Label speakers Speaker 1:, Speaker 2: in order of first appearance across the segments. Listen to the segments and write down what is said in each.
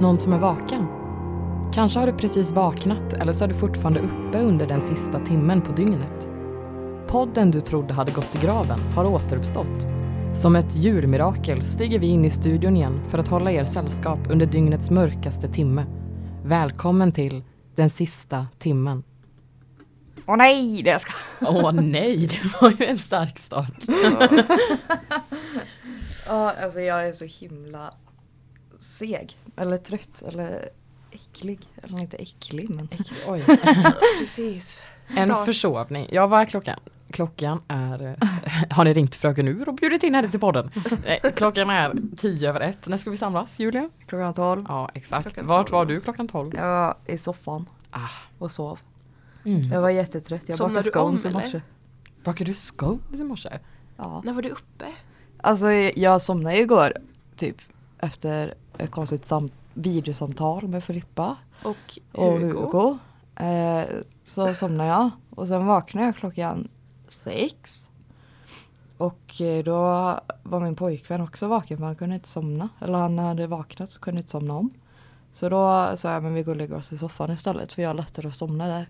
Speaker 1: någon som är vaken. Kanske har du precis vaknat eller så är du fortfarande uppe under den sista timmen på dygnet. Podden du trodde hade gått i graven har återuppstått. Som ett djurmirakel stiger vi in i studion igen för att hålla er sällskap under dygnets mörkaste timme. Välkommen till Den sista timmen.
Speaker 2: Åh nej, det ska
Speaker 1: Åh nej, det var ju en stark start.
Speaker 2: Ja, alltså jag är så himla seg. Eller trött. Eller äcklig. Eller inte äcklig men.
Speaker 1: Oj.
Speaker 3: Precis.
Speaker 1: En
Speaker 3: Start.
Speaker 1: försovning. Ja, vad är klockan? Klockan är... eh, Har ni ringt Fröken Ur och bjudit in henne till podden? Eh, Klockan är tio över ett. När ska vi samlas, Julia?
Speaker 2: Klockan tolv.
Speaker 1: Ja, exakt.
Speaker 3: Klockan
Speaker 1: Vart
Speaker 3: tolv.
Speaker 1: var du klockan tolv?
Speaker 2: Jag var i soffan
Speaker 1: Ah.
Speaker 2: och sov.
Speaker 1: Mm.
Speaker 2: Jag var jättetrött. Jag
Speaker 3: Somnade
Speaker 2: bakade
Speaker 3: du om,
Speaker 2: scones i
Speaker 3: eller?
Speaker 2: morse.
Speaker 1: Bakade du scones i morse?
Speaker 2: Ja.
Speaker 3: När var du uppe?
Speaker 2: Alltså jag somnade ju igår. Typ efter ett konstigt sam- videosamtal med Filippa
Speaker 3: Och
Speaker 2: och Hugo. Eh, så somnade jag. Och sen vaknade jag klockan sex. Och eh, då var min pojkvän också vaken för han kunde inte somna. Eller han hade vaknat så kunde inte somna om. Så då sa jag men vi går och lägger oss i soffan istället för jag har lättare att somna där.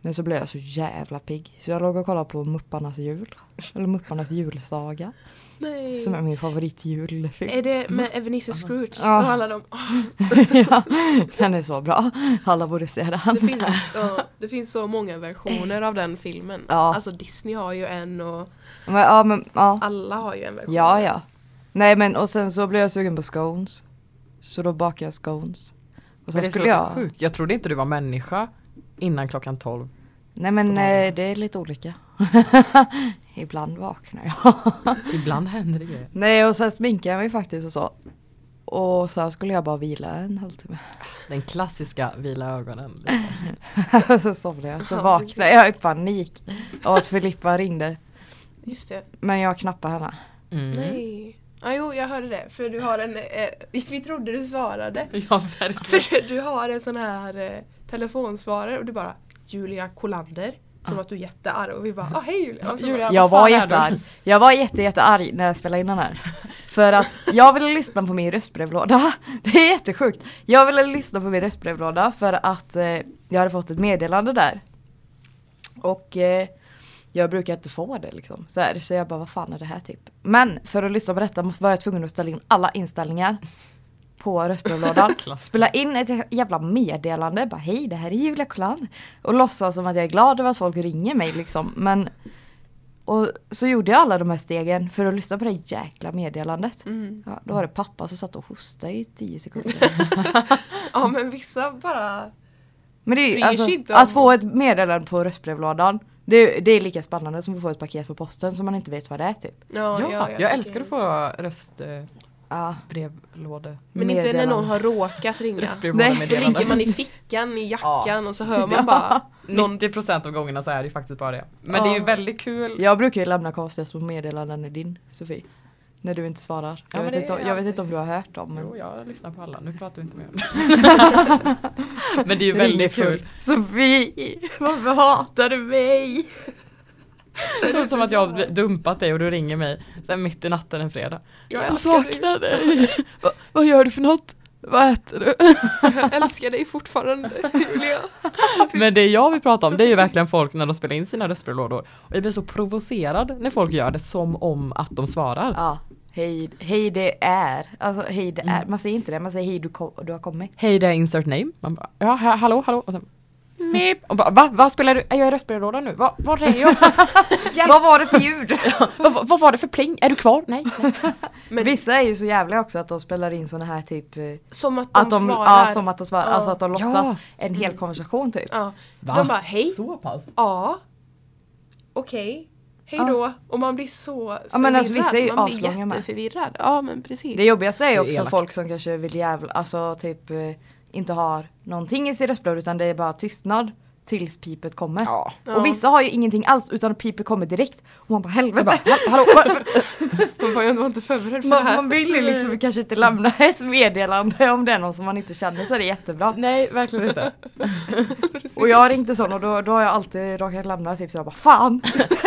Speaker 2: Men så blev jag så jävla pigg. Så jag låg och kollade på Mupparnas jul. Eller Mupparnas julsaga.
Speaker 3: Nej.
Speaker 2: Som är min favoritjulfilm.
Speaker 3: Är det med Ebenezer Scrooge
Speaker 2: Ja.
Speaker 3: och alla dem? Ah,
Speaker 2: ja, den är så bra. Alla borde se den.
Speaker 3: det, finns, ja, det finns så många versioner av den filmen.
Speaker 2: Ja.
Speaker 3: Alltså Disney har ju en och
Speaker 2: Men, ja, men, ja.
Speaker 3: alla har ju en version.
Speaker 2: ja, ja. Nej men och sen så blev jag sugen på scones. Så då bakade jag scones. Och
Speaker 1: Men
Speaker 2: sen
Speaker 1: det är
Speaker 2: skulle
Speaker 1: så
Speaker 2: jag...
Speaker 1: sjukt. Jag trodde inte du var människa innan klockan tolv.
Speaker 2: Nej men eh, det är lite olika. Ibland vaknar jag.
Speaker 1: Ibland händer det grejer.
Speaker 2: Nej och sen sminkade jag mig faktiskt och så. Och sen skulle jag bara vila en halvtimme.
Speaker 1: Den klassiska vila ögonen. lite.
Speaker 2: så somnade jag. Så
Speaker 3: Ja,
Speaker 2: vaknade jag i panik. Och att Filippa ringde.
Speaker 3: Just det.
Speaker 2: Men jag knappade henne.
Speaker 1: Mm.
Speaker 3: Nej. Ja, jo, jag hörde det. För du har en... Eh, vi vi trodde du svarade.
Speaker 1: Ja, verkligen.
Speaker 3: För du har en sån här eh, telefonsvarare och du bara Julia Kolander. Som att du är jättearg och vi bara ah, hej Julia. Och så
Speaker 1: Julia.
Speaker 3: bara,
Speaker 1: vad
Speaker 2: Jag
Speaker 1: fan
Speaker 2: var
Speaker 1: är
Speaker 2: jättearg. Jag var jätte, jättearg när jag spelade in den här. För att jag ville lyssna på min röstbrevlåda. Det är jättesjukt. Jag ville lyssna på min röstbrevlåda för att eh, jag hade fått ett meddelande där. Och eh, jag brukar inte få det liksom. Så, här, så jag bara vad fan är det här typ. Men för att lyssna på detta måste- var jag tvungen att ställa in alla inställningar. På röstbrevlådan.
Speaker 1: Klassiker.
Speaker 2: Spela in ett jävla meddelande. Bara hej det här är Julia Colland. Och låtsas som att jag är glad över att folk ringer mig liksom. Men och så gjorde jag alla de här stegen för att lyssna på det jäkla meddelandet.
Speaker 3: Mm.
Speaker 2: Ja, då var det pappa som satt och hostade i tio sekunder.
Speaker 3: Ja men vissa bara
Speaker 2: Men det är ju,
Speaker 3: Bryr sig
Speaker 2: alltså,
Speaker 3: inte om-
Speaker 2: att få ett meddelande på röstbrevlådan det är, det är lika spännande som att få ett paket på posten som man inte vet vad det är typ.
Speaker 3: Ja,
Speaker 1: Ja, jag
Speaker 3: tycker-
Speaker 1: älskar att få röstbrevlåde.
Speaker 2: Ja,
Speaker 3: Men inte när
Speaker 2: meddelande.
Speaker 3: någon har råkat ringa. Då
Speaker 1: Röstbrevlådemeddelande.
Speaker 3: ligger man i fickan, i jackan och så hör man bara någon
Speaker 1: 90% av gångerna så är det ju faktiskt bara det. Men
Speaker 2: Ja.
Speaker 1: det är ju väldigt kul.
Speaker 2: Jag brukar ju lämna konstiga små meddelanden i din Sofie. När du inte svarar.
Speaker 1: Ja,
Speaker 2: Jag,
Speaker 1: men
Speaker 2: vet,
Speaker 1: det
Speaker 2: inte
Speaker 1: är
Speaker 2: om, jag vet
Speaker 1: alltid-
Speaker 2: inte om du har hört dem. Men...
Speaker 1: Jo, jag lyssnar på alla. Nu pratar vi inte mer om det. Men det är ju
Speaker 2: Ringer
Speaker 1: väldigt
Speaker 2: full.
Speaker 1: kul.
Speaker 2: Sofie! Varför hatar du mig?
Speaker 1: Det är som att jag har dumpat dig och du ringer mig sen mitt i natten en fredag.
Speaker 3: Jag
Speaker 1: Jag
Speaker 3: älskar dig,
Speaker 1: saknar dig. Va, vad gör du för något? Vad äter du?
Speaker 3: jag älskar dig fortfarande Julia.
Speaker 1: Men det jag vill prata om det är ju verkligen folk när de spelar in sina röstbrevlådor. Och jag blir så provocerad när folk gör det som om att de svarar.
Speaker 2: Ja, hej, hej det är. Alltså hej det är. Man säger inte det, man säger hej du, kom, du har kommit.
Speaker 1: Hej det är insert name. Man bara, ja ha, hallå hallå. Och sen, Nej. Och bara, va? Vad spelar du? Är jag i röstbrevlådan nu? Va, var är jag? Hjälp.
Speaker 2: Vad var det för ljud?
Speaker 1: Vad vad- vad var det för pling? Är du kvar? Nej. nej.
Speaker 3: Men-
Speaker 2: Vissa är ju så jävliga också att de spelar in såna här typ eh,
Speaker 3: Som att de,
Speaker 2: att de,
Speaker 3: svarar.
Speaker 2: ja, som att de svarar,
Speaker 3: Ja.
Speaker 2: alltså att de
Speaker 1: Ja.
Speaker 2: låtsas en hel konversation typ.
Speaker 3: ja.
Speaker 1: Va?
Speaker 3: De bara hej,
Speaker 1: Så pass?
Speaker 3: ja, okej, hej då. Och man blir så förvirrad.
Speaker 2: Ja, men alltså, vissa är ju
Speaker 3: man blir
Speaker 2: aslånga med.
Speaker 3: jätteförvirrad. Ja men precis.
Speaker 2: Det jobbigaste är
Speaker 1: Det
Speaker 2: ju
Speaker 1: är
Speaker 2: också
Speaker 1: elakt.
Speaker 2: folk som kanske vill jävla, alltså typ eh, inte har någonting i sin röstblad utan det är bara tystnad. tills pipet kommer.
Speaker 1: Ja.
Speaker 3: Ja.
Speaker 2: Och vissa har ju ingenting alls utan pipet kommer direkt. Och man bara
Speaker 1: Jag bara,
Speaker 2: helvete.
Speaker 1: "Hall- hallå, vad-
Speaker 3: Man bara, jag var inte förberedd för
Speaker 2: Man,
Speaker 3: det här.
Speaker 2: man vill ju liksom kanske inte lämna ett meddelande om det är någon som man inte känner så är det
Speaker 3: Mm.
Speaker 2: jättebra.
Speaker 1: Nej, verkligen inte.
Speaker 3: Precis.
Speaker 2: Och jag ringde sån och då, då har jag alltid råkat lämna tips och jag bara fan!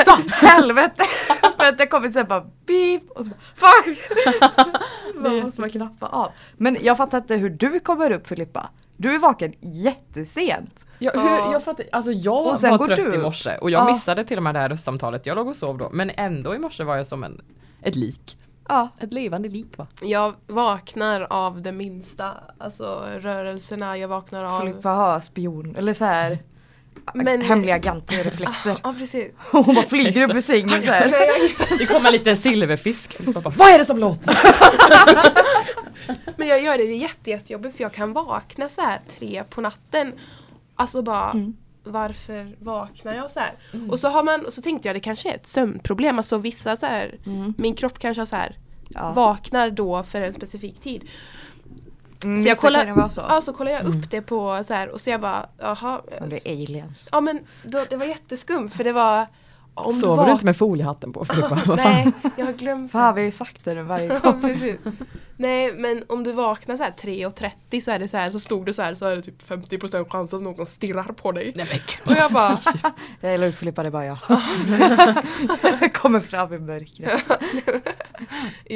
Speaker 2: Fan helvete! För att det kommer sen bara beep och så bara fan!
Speaker 1: Det
Speaker 2: Då
Speaker 1: är
Speaker 2: måste man knappa av. Men jag fattar inte hur du kommer upp Filippa. Du är vaken jättesent.
Speaker 1: Jag, hur,
Speaker 3: Ja.
Speaker 1: jag, fattar, alltså jag
Speaker 2: Och sen
Speaker 1: var
Speaker 2: går
Speaker 1: trött
Speaker 2: du
Speaker 1: i
Speaker 2: upp.
Speaker 1: morse och jag
Speaker 2: Ja.
Speaker 1: missade till och med det här röstsamtalet. Jag låg och sov då men ändå i morse var jag som en, ett lik.
Speaker 2: Ja.
Speaker 1: Ett levande lik va?
Speaker 3: Jag vaknar av det minsta, alltså rörelserna, jag vaknar av...
Speaker 2: Filippa har spion eller så här
Speaker 3: Men- Ah,
Speaker 2: hemliga agent-reflexer.
Speaker 3: Ja precis.
Speaker 2: Hon bara flyger upp ur sängen så här.
Speaker 1: Det kom en liten silverfisk. Filippa bara, Vad är det som låter?
Speaker 3: Men jag gör det, det är jätte, jättejobbigt för jag kan vakna så här tre på natten. Alltså bara, varför vaknar jag så här? Och så har man, och så tänkte jag det kanske är ett sömnproblem, alltså vissa så här, min kropp kanske har så här,
Speaker 2: Ja.
Speaker 3: vaknar då för en specifik tid.
Speaker 2: Mm,
Speaker 3: Så jag
Speaker 2: så
Speaker 3: kollar,
Speaker 2: kan det vara så.
Speaker 3: Ja, så kollar jag upp det på så här och så jag bara, jaha.
Speaker 2: Men det är aliens.
Speaker 3: Ja men då, det var jätteskumt för det var om
Speaker 1: Sover
Speaker 3: vak-
Speaker 1: du inte med foliehatten på Filippa? Vad fan?
Speaker 3: Nej, jag har glömt
Speaker 2: Fan
Speaker 3: det.
Speaker 2: vi har ju sagt det nu varje
Speaker 3: Ja,
Speaker 2: gång.
Speaker 3: precis. Nej men om du vaknar så här 3.30 så är det så här, så stod det så här så är det typ 50% chans att någon stirrar på dig.
Speaker 1: Nej men gud.
Speaker 3: Och jag bara,
Speaker 2: Det är lugnt Filippa, det är bara jag. Kommer fram i mörkret.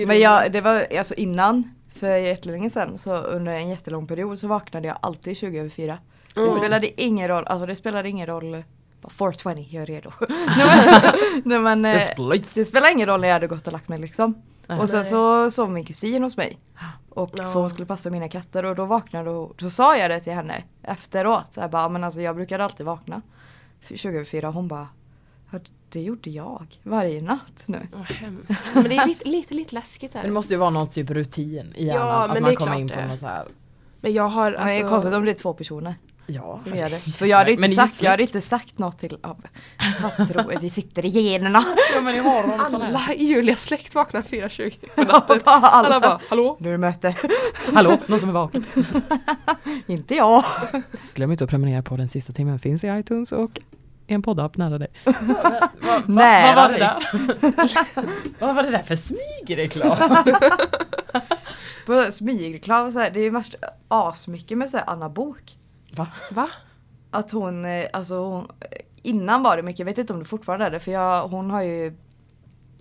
Speaker 2: Men jag, det var alltså innan, för jättelänge sedan, så under en jättelång period så vaknade jag alltid 20 över 4. Det
Speaker 3: Mm.
Speaker 2: spelade ingen roll, alltså det spelade ingen roll. bara, 420, jag är redo. Nej, men, nej, men, eh,
Speaker 1: Det blöjts.
Speaker 2: det spelade ingen roll när jag hade gått och lagt mig liksom.
Speaker 1: Nej.
Speaker 2: Och sen så sov min kusin hos mig. Och
Speaker 3: Ja.
Speaker 2: för hon skulle passa mina katter och då vaknade och då sa jag det till henne efteråt. Så jag bara, men alltså jag brukade alltid vakna. 2004 hon bara, "Ja, det gjorde jag varje natt nu.
Speaker 3: Vad hemskt. Men det är lite, lite, lite läskigt
Speaker 1: Men det
Speaker 3: där.
Speaker 1: måste ju vara någon typ rutin i hjärnan.
Speaker 3: Ja, men
Speaker 1: att
Speaker 3: det
Speaker 1: man
Speaker 3: är
Speaker 1: kommer
Speaker 3: klart
Speaker 1: in på
Speaker 3: det.
Speaker 1: någon så här.
Speaker 3: Men jag har
Speaker 2: Men det är
Speaker 3: alltså...
Speaker 2: konstigt om det är två personer
Speaker 1: Ja.
Speaker 2: som gör det. För jag hade inte,
Speaker 1: Men
Speaker 2: sagt, jag
Speaker 1: det.
Speaker 2: hade inte sagt något till, ja, vad tror du? det sitter i generna.
Speaker 1: Ja men har de sådana
Speaker 3: Alla i Julias släkt vaknar 4.20 på
Speaker 2: Alla,
Speaker 3: natten. Alla bara, hallå?
Speaker 2: nu är det möte.
Speaker 1: Hallå, någon som är vaken.
Speaker 2: inte jag.
Speaker 1: Glöm inte att prenumerera på Den sista timmen. Finns i iTunes och en poddapp nära dig.
Speaker 2: Nära
Speaker 1: vad var det
Speaker 2: dig.
Speaker 1: där? vad var det där för smygreklam?
Speaker 2: På smygreklam, så här, det är ju värst asmycket med så här Anna Bok.
Speaker 1: Va?
Speaker 3: Va?
Speaker 2: Att hon, eh, alltså hon, innan var det mycket, jag vet inte om det fortfarande är det för jag, hon har ju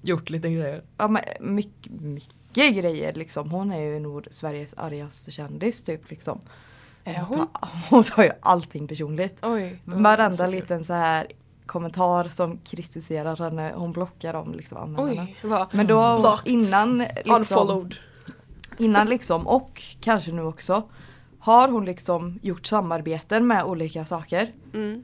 Speaker 1: Gjort lite grejer.
Speaker 2: ja, men, mycket, mycket grejer liksom. Hon är ju nog Sveriges argaste kändis typ liksom.
Speaker 3: Är hon?
Speaker 2: tar, hon tar ju allting personligt.
Speaker 3: Oj.
Speaker 2: Varenda liten så här kommentar som kritiserar henne, hon blockar dem liksom användarna.
Speaker 3: Oj, vad...
Speaker 2: Men då har hon
Speaker 3: Blocked.
Speaker 2: innan liksom,
Speaker 3: Unfollowed.
Speaker 2: innan liksom och kanske nu också har hon liksom gjort samarbeten med olika saker.
Speaker 3: Mm.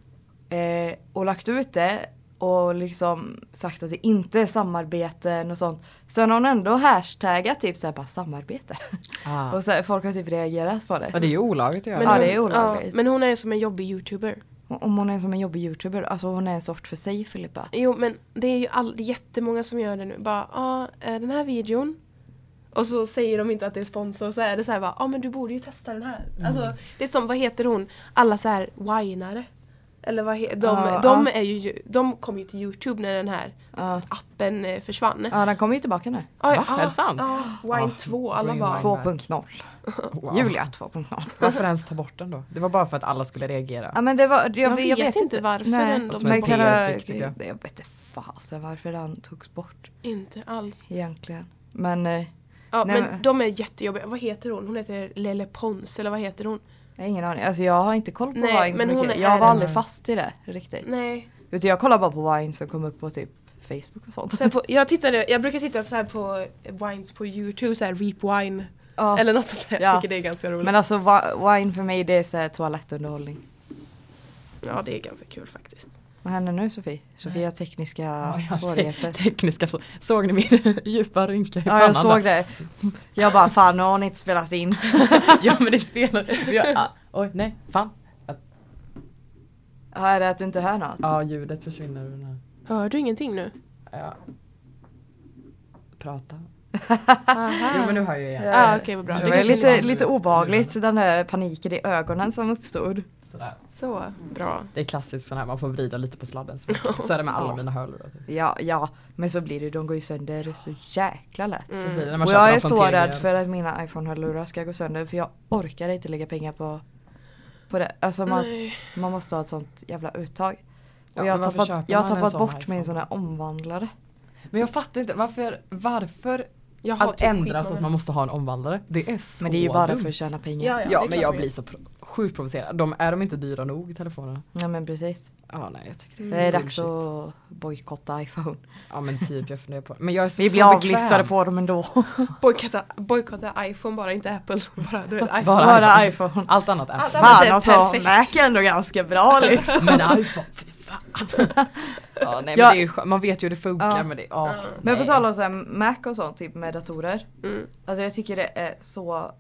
Speaker 2: eh, och lagt ut det och liksom sagt att det inte är samarbeten och sånt. Sen har hon ändå hashtaggat typ såhär bara samarbete.
Speaker 1: Ah.
Speaker 2: Och så här, folk har typ reagerat på
Speaker 1: Ja,
Speaker 2: det.
Speaker 1: det är ju olagligt att göra.
Speaker 2: Men- Ja, det är
Speaker 3: hon-
Speaker 2: olagligt.
Speaker 3: men hon är som en jobbig youtuber.
Speaker 2: Om hon är som en jobbig youtuber, alltså hon är en sort för sig Filippa.
Speaker 3: Jo men det är ju all, det är jättemånga som gör det nu. Bara, ja eh, den här videon. Och så säger de inte att det är sponsor. Så är det så här bara, ja men du borde ju testa den här. Alltså det är som, vad heter hon? Alla så här winare. Eller vad he, de,
Speaker 2: Ja,
Speaker 3: de
Speaker 2: ja.
Speaker 3: är ju, de kom ju till Youtube när den här
Speaker 2: Ja,
Speaker 3: appen eh, försvann.
Speaker 2: Ja, den kommer ju tillbaka nu.
Speaker 3: Ah,
Speaker 1: Va? Är det sant?
Speaker 3: Wine
Speaker 1: Ah,
Speaker 3: 2, alla
Speaker 1: bring
Speaker 3: bara.
Speaker 1: wine.
Speaker 2: 2.0.
Speaker 1: Wow.
Speaker 2: Julia 2.0.
Speaker 1: Varför ens ta bort den då? Det var bara för att alla skulle reagera.
Speaker 2: Ja men det var, jag,
Speaker 3: Jag vet inte varför
Speaker 2: Nej,
Speaker 3: den-
Speaker 2: de
Speaker 3: de-
Speaker 2: men kan jag,
Speaker 1: PR-trick, tycker jag.
Speaker 2: jag vet inte fasen varför den togs bort
Speaker 3: Inte alls.
Speaker 2: egentligen. Men eh,
Speaker 3: Ja,
Speaker 2: Nej,
Speaker 3: men
Speaker 2: men-
Speaker 3: de är jättejobbiga. Vad heter hon? Hon heter Lele Pons eller vad heter hon?
Speaker 2: jag har ingen aning, alltså jag har inte koll på Vine
Speaker 3: Nej,
Speaker 2: så
Speaker 3: men hon
Speaker 2: mycket.
Speaker 3: är-
Speaker 2: Jag var aldrig fast i det riktigt.
Speaker 3: Nej.
Speaker 2: Utan jag kollar bara på Vine som kom upp på typ Facebook och sånt.
Speaker 3: Så här på, jag, tittade, jag brukar titta så här på wines på Youtube, så här Reap Wine.
Speaker 2: Ja.
Speaker 3: Eller något sånt där.
Speaker 2: Ja.
Speaker 3: Jag tycker det är ganska roligt.
Speaker 2: Men alltså va- Vine för mig det är så här toalettunderhållning.
Speaker 3: ja, det är ganska kul faktiskt.
Speaker 2: Vad händer nu Sofie? Sofie har tekniska
Speaker 1: Ja, jag-
Speaker 2: svårigheter.
Speaker 1: te- tekniska så- Såg ni min djupa rynka i
Speaker 2: Ja
Speaker 1: pannan?
Speaker 2: jag såg
Speaker 1: där?
Speaker 2: det. Jag bara fan nu har hon inte spelat in.
Speaker 1: ja men det spelar vi har- ah, Oj nej, fan.
Speaker 2: Ja, är det att du inte hör något?
Speaker 1: Ja ljudet försvinner ur den här.
Speaker 3: Hör du ingenting nu?
Speaker 1: Ja. Prata.
Speaker 3: Aha.
Speaker 1: Jo men nu hör jag igen.
Speaker 2: Ah. Ja.
Speaker 3: Ah, Okej, vad bra.
Speaker 1: Det
Speaker 2: Det
Speaker 1: var
Speaker 2: var
Speaker 3: kanske
Speaker 1: lite-
Speaker 3: inte-
Speaker 2: lite, lite obehagligt den där paniken i ögonen som uppstod.
Speaker 1: Sådär.
Speaker 3: Så bra.
Speaker 1: Det är klassiskt sån här, man får vrida lite på sladden. Så så är det med alla
Speaker 2: Ja.
Speaker 1: mina hörlurar. Typ.
Speaker 2: Ja, ja, men så blir det. De går ju sönder så jäkla lätt.
Speaker 1: Så blir det när Mm. man
Speaker 2: Mm. Och
Speaker 1: köper
Speaker 2: jag är
Speaker 1: dem från
Speaker 2: så
Speaker 1: TG.
Speaker 2: rädd för att mina iPhone-hörlurar ska gå sönder för jag orkar inte lägga pengar på, på det. Alltså man,
Speaker 3: Nej.
Speaker 2: man måste ha ett sånt jävla uttag.
Speaker 1: Ja,
Speaker 2: Och
Speaker 1: men
Speaker 2: jag har
Speaker 1: varför
Speaker 2: tappat,
Speaker 1: köper
Speaker 2: jag
Speaker 1: man en
Speaker 2: har tappat
Speaker 1: sån
Speaker 2: bort
Speaker 1: iPhone?
Speaker 2: min sån här omvandlare.
Speaker 1: Men jag fattar inte varför, varför
Speaker 3: Jag
Speaker 1: att
Speaker 3: typ
Speaker 1: ändra
Speaker 3: skitmånga-
Speaker 1: så att man måste ha en omvandlare. Det är så
Speaker 2: Men det är ju bara
Speaker 1: dumt.
Speaker 2: för att tjäna pengar.
Speaker 3: Ja,
Speaker 1: Ja,
Speaker 3: ja, det är
Speaker 1: men
Speaker 3: klart
Speaker 1: jag
Speaker 3: man
Speaker 1: blir
Speaker 3: gör.
Speaker 1: så pro- sjukt provocerad. De, är de inte dyra nog telefonerna?
Speaker 2: Ja men precis.
Speaker 1: Ja nej jag tycker det är
Speaker 2: Det är dags
Speaker 1: bullshit.
Speaker 2: att bojkotta iPhone.
Speaker 1: Ja men typ jag funderar på Men jag är så,
Speaker 2: Vi
Speaker 1: så
Speaker 2: blir
Speaker 1: bekväm.
Speaker 2: avlistade på dem ändå.
Speaker 3: Bojkotta, bojkotta iPhone bara, inte Apple. Bara, du vet, iPhone.
Speaker 1: Bara
Speaker 2: Bara
Speaker 1: iPhone.
Speaker 2: iPhone.
Speaker 1: Allt annat är
Speaker 3: Allt
Speaker 1: fan.
Speaker 3: annat är
Speaker 2: Fan alltså,
Speaker 3: perfekt.
Speaker 2: Mac är ändå ganska bra liksom.
Speaker 1: Men iPhone, fy fan. Ja, nej, men
Speaker 2: Ja.
Speaker 1: Det är ju, skö- man vet ju hur det funkar
Speaker 2: Ja.
Speaker 1: men det, ja,
Speaker 2: Men på
Speaker 1: nej.
Speaker 2: tal om så här Mac och sånt typ med datorer.
Speaker 3: Mm.
Speaker 2: Alltså jag tycker det är så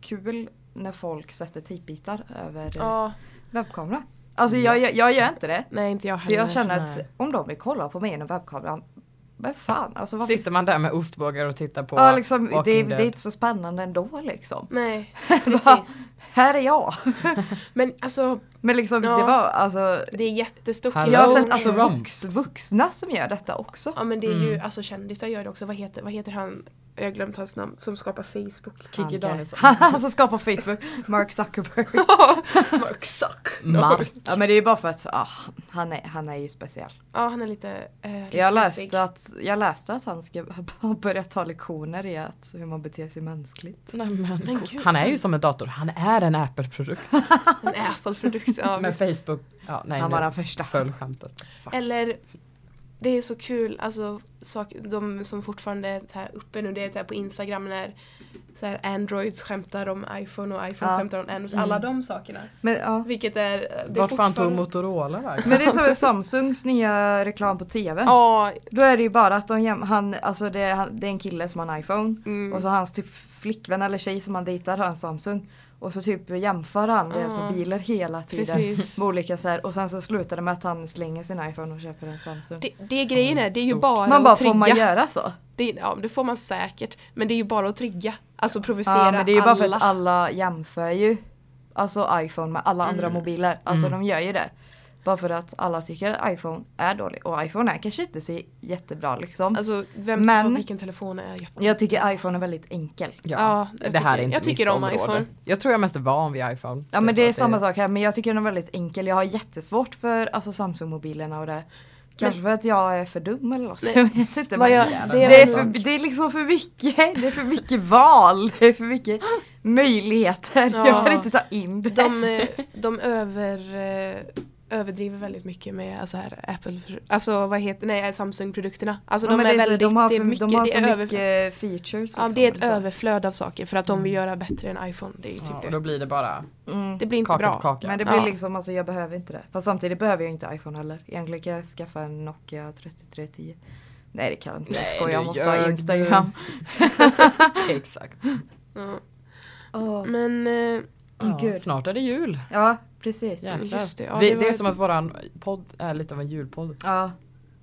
Speaker 2: kul när folk sätter tejpbitar över eh,
Speaker 3: Ja,
Speaker 2: webbkamera. Alltså jag, jag, jag gör inte det.
Speaker 3: nej inte jag
Speaker 2: För
Speaker 3: heller.
Speaker 2: jag känner att
Speaker 1: nej.
Speaker 2: om de vill kolla på mig genom webbkameran, vad fan alltså varför?
Speaker 1: Sitter man där med ostbågar och tittar på
Speaker 2: ja, liksom, det, det
Speaker 1: Walking
Speaker 2: är
Speaker 1: Dead.
Speaker 2: inte så spännande ändå liksom.
Speaker 3: Nej,
Speaker 2: Bara,
Speaker 3: precis.
Speaker 2: här är jag!
Speaker 3: Men alltså,
Speaker 2: Men liksom
Speaker 3: Ja.
Speaker 2: det var alltså
Speaker 3: det är jättestort.
Speaker 1: Hallå?
Speaker 2: Jag har
Speaker 1: Hello,
Speaker 2: sett alltså
Speaker 1: Trump.
Speaker 2: vux, vuxna som gör detta också.
Speaker 3: Ja men det är ju, alltså kändisar gör det också. Vad heter, vad heter han, jag har glömt hans namn, som skapar Facebook?
Speaker 1: Kikki Danielsson.
Speaker 2: Han som skapar Alltså, Facebook, Mark Zuckerberg.
Speaker 3: Mark Zuck.
Speaker 1: Mark.
Speaker 2: Ja men det är bara för att ah, han, är, han är ju speciell.
Speaker 3: Ja han är lite... Eh, lite
Speaker 2: Jag
Speaker 3: mysig.
Speaker 2: läste, att, jag läste att han ska ha börjat ta lektioner i att hur man beter sig mänskligt.
Speaker 1: Nej, men,
Speaker 3: Men
Speaker 1: cool.
Speaker 3: gud.
Speaker 1: han är ju som en dator, han är en Apple-produkt.
Speaker 3: En Apple-produkt. Ja,
Speaker 1: Men
Speaker 3: visst.
Speaker 1: Facebook, ja, nej
Speaker 2: han
Speaker 1: nu
Speaker 2: var den första.
Speaker 1: föll skämtet. Fuck.
Speaker 3: Eller, det är så kul, alltså sak, de som fortfarande är så här uppe nu, det är så här på Instagram när så här Androids skämtar om iPhone och iPhone
Speaker 2: Ja.
Speaker 3: skämtar om Androids. Alla de sakerna.
Speaker 2: Men, ja.
Speaker 3: Vilket är... eh, Det är
Speaker 1: Mm. Vart fan tog
Speaker 3: fortfarande-
Speaker 1: Motorola vägen?
Speaker 2: men det är som med Samsungs nya reklam på tv.
Speaker 3: Ja,
Speaker 2: Då är det ju bara att de jäm- han, alltså det, är- han, det är en kille som har en iPhone
Speaker 3: Mm.
Speaker 2: och så hans typ flickvän eller tjej som han dejtar har en Samsung. Och så typ jämför han deras
Speaker 3: Ja.
Speaker 2: mobiler hela tiden.
Speaker 3: Mm. Precis.
Speaker 2: Med olika så här, och sen så slutar det med att han slänger sin iPhone och köper en Samsung.
Speaker 3: det, det grejen är, det är ju
Speaker 1: Stort.
Speaker 3: bara
Speaker 2: Man bara,
Speaker 3: att trigga.
Speaker 2: får man göra så?
Speaker 3: Det, ja, det får man säkert. Men det är ju bara att trigga. Alltså provocera
Speaker 2: Ja men det är ju bara för
Speaker 3: alla.
Speaker 2: att alla jämför ju Alltså iPhone med alla andra mobiler. Alltså de gör ju det. Bara för att alla tycker iPhone är dålig. Och iPhone är kanske inte så jättebra liksom.
Speaker 3: Alltså vem som
Speaker 2: Men-
Speaker 3: har vilken telefon är jätte...
Speaker 2: jag tycker iPhone är väldigt enkel.
Speaker 1: Ja,
Speaker 3: Ja,
Speaker 1: det
Speaker 3: jag
Speaker 1: här är
Speaker 3: tycker-
Speaker 1: inte
Speaker 3: jag tycker
Speaker 1: mitt
Speaker 3: om
Speaker 1: område.
Speaker 3: iPhone.
Speaker 1: Jag tror jag mest är van vid iPhone. Typ
Speaker 2: Ja men det är
Speaker 1: att
Speaker 2: samma sak här men jag tycker den är väldigt enkel. Jag har jättesvårt för alltså Samsung-mobilerna och det. Kanske för att jag är för dum eller något.
Speaker 3: Nej.
Speaker 2: Jag vet inte.
Speaker 3: Vad
Speaker 2: Men
Speaker 3: jag-
Speaker 1: det är
Speaker 3: det är
Speaker 2: det, är
Speaker 1: väl-
Speaker 2: för, det är liksom för mycket. Det är för mycket val. Det är för mycket möjligheter.
Speaker 3: Ja.
Speaker 2: Jag kan inte ta in det.
Speaker 3: De, eh, de över, eh, överdriver väldigt mycket med alltså här, Apple, alltså vad heter, nej Samsung-produkterna. Alltså
Speaker 2: Ja,
Speaker 3: de
Speaker 2: men
Speaker 3: är
Speaker 2: det så-
Speaker 3: väldigt,
Speaker 2: de har,
Speaker 3: det är
Speaker 2: för,
Speaker 3: mycket,
Speaker 2: de har
Speaker 3: det
Speaker 2: så
Speaker 3: är över,
Speaker 2: mycket features.
Speaker 3: ja,
Speaker 2: liksom,
Speaker 3: det är ett
Speaker 2: så.
Speaker 3: överflöd av saker för att de vill göra bättre än iPhone. Det är ju typ
Speaker 1: Ja, och
Speaker 3: det.
Speaker 1: då blir det bara
Speaker 2: Mm.
Speaker 3: Det blir inte
Speaker 1: kaka
Speaker 3: bra.
Speaker 1: på kaka.
Speaker 2: Men det blir
Speaker 3: Ja.
Speaker 2: liksom, alltså jag behöver inte det. Fast samtidigt behöver jag inte iPhone heller. Egentligen kan jag skaffa en Nokia 3310. Nej det kan jag inte, jag
Speaker 1: Nej,
Speaker 2: skojar.
Speaker 1: du
Speaker 2: Jag måste ha
Speaker 1: ljög.
Speaker 2: Instagram.
Speaker 1: Exakt.
Speaker 3: Ja.
Speaker 2: Åh,
Speaker 3: Men eh,
Speaker 2: Åh,
Speaker 1: Ja,
Speaker 2: gud.
Speaker 1: snart är det jul.
Speaker 2: Ja, precis. Ja.
Speaker 1: Jäklar.
Speaker 3: Just det, ja,
Speaker 1: vi, det,
Speaker 3: det var
Speaker 1: är
Speaker 3: ett-
Speaker 1: som att våran podd är lite av en julpodd.
Speaker 3: ja,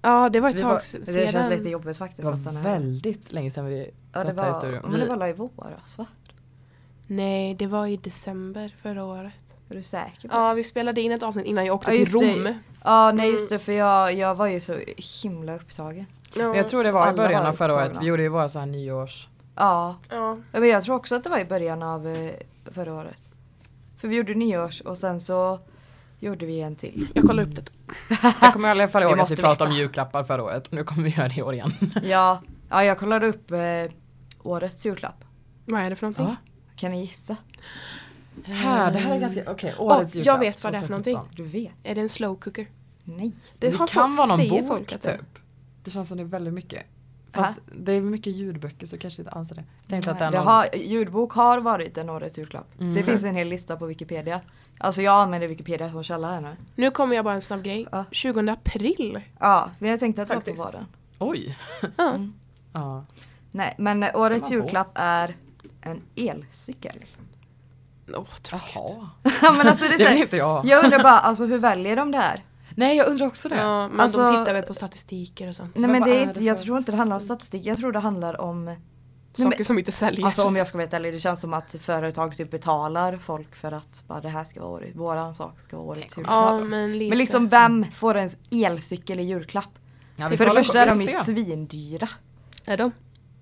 Speaker 3: det var ett
Speaker 1: Det var-
Speaker 3: tag
Speaker 2: Men Det känns lite
Speaker 3: sedan.
Speaker 2: jobbigt
Speaker 1: Det
Speaker 2: faktiskt. att den
Speaker 1: var
Speaker 2: är-
Speaker 1: väldigt länge sedan vi
Speaker 2: ja, det
Speaker 1: satt här i
Speaker 2: var,
Speaker 1: studion.
Speaker 2: men det
Speaker 1: Vi,
Speaker 2: var väl i våras va?
Speaker 3: Nej, det var i december förra året.
Speaker 2: Är du säker? på det?
Speaker 3: Ja, vi spelade in ett avsnitt innan jag åkte
Speaker 2: Ja,
Speaker 3: till
Speaker 2: just det.
Speaker 3: Rom.
Speaker 2: Ja nej just
Speaker 3: Mm.
Speaker 2: det för jag, jag var ju så himla upptagen.
Speaker 3: Ja,
Speaker 1: men jag tror det var i
Speaker 2: Alla
Speaker 1: början
Speaker 2: var
Speaker 1: av förra året.
Speaker 2: upptagna.
Speaker 1: Vi gjorde ju våra så här nyårs...
Speaker 2: Ja.
Speaker 3: ja.
Speaker 2: Ja, men jag tror också att det var i början av eh, förra året. För vi gjorde nyårs och sen så gjorde vi en till.
Speaker 3: Jag kollar upp det.
Speaker 1: Jag kommer i alla fall
Speaker 2: Vi
Speaker 1: ihåg att vi
Speaker 2: måste
Speaker 1: pratade om
Speaker 2: veta.
Speaker 1: julklappar förra året och nu kommer vi göra det i år igen.
Speaker 2: Ja, ja jag kollade upp eh, årets julklapp.
Speaker 3: Vad är det för någonting?
Speaker 1: Ja.
Speaker 2: Kan ni gissa?
Speaker 1: Här, det här är ganska... Okej,
Speaker 3: Åh,
Speaker 1: årets
Speaker 3: jag
Speaker 1: julklapp.
Speaker 3: vet vad det är för någonting.
Speaker 1: 2017.
Speaker 2: Du vet?
Speaker 3: Är det en slow cooker?
Speaker 2: Nej.
Speaker 1: Det, kan
Speaker 3: har folk-
Speaker 1: vara någon
Speaker 3: säger
Speaker 1: bok
Speaker 3: att det-
Speaker 1: typ. Det känns som det är väldigt mycket. Fast det är mycket ljudböcker så kanske inte alls är det. Jag tänkte att det är
Speaker 2: Nej. Det
Speaker 1: någon...
Speaker 2: har, ljudbok har varit en årets julklapp.
Speaker 1: Mm.
Speaker 2: Det finns en hel lista på Wikipedia. Alltså jag använder Wikipedia som källa här nu.
Speaker 3: Nu kommer jag bara en snabb grej.
Speaker 2: Ja.
Speaker 3: 20 april.
Speaker 2: Ja, men jag tänkte att det var på
Speaker 3: Faktiskt.
Speaker 2: vaden.
Speaker 1: Oj!
Speaker 3: Ja.
Speaker 1: Ja.
Speaker 2: Nej, men eh, årets
Speaker 1: Ser man på.
Speaker 2: julklapp är en elcykel.
Speaker 3: Åh, tråkigt.
Speaker 1: Jaha.
Speaker 2: Ja, men alltså det är
Speaker 1: Det
Speaker 2: så
Speaker 1: vill
Speaker 2: här,
Speaker 1: inte jag.
Speaker 2: jag undrar bara, alltså hur väljer de det här?
Speaker 1: Nej jag undrar också det.
Speaker 3: Ja, men
Speaker 2: Alltså-
Speaker 3: de tittar väl på statistiker och sånt.
Speaker 2: Nej
Speaker 1: Men
Speaker 2: men
Speaker 1: vad är
Speaker 2: det är
Speaker 1: det
Speaker 2: inte, jag
Speaker 1: för
Speaker 2: tror inte det handlar om statistik. Jag tror det handlar om men-
Speaker 3: saker som inte säljer.
Speaker 2: Alltså om jag ska vara helt ärlig, det känns som att företag typ betalar folk för att bara, det här ska vara året, våran sak ska vara årets
Speaker 4: Tänk om
Speaker 2: julklapp.
Speaker 3: ja, men, lite.
Speaker 2: Men liksom vem får en elcykel i julklapp?
Speaker 1: Ja,
Speaker 2: för det
Speaker 1: kollar-
Speaker 2: första är de
Speaker 1: vi
Speaker 2: ju
Speaker 1: får se.
Speaker 2: svindyra.
Speaker 3: Är de?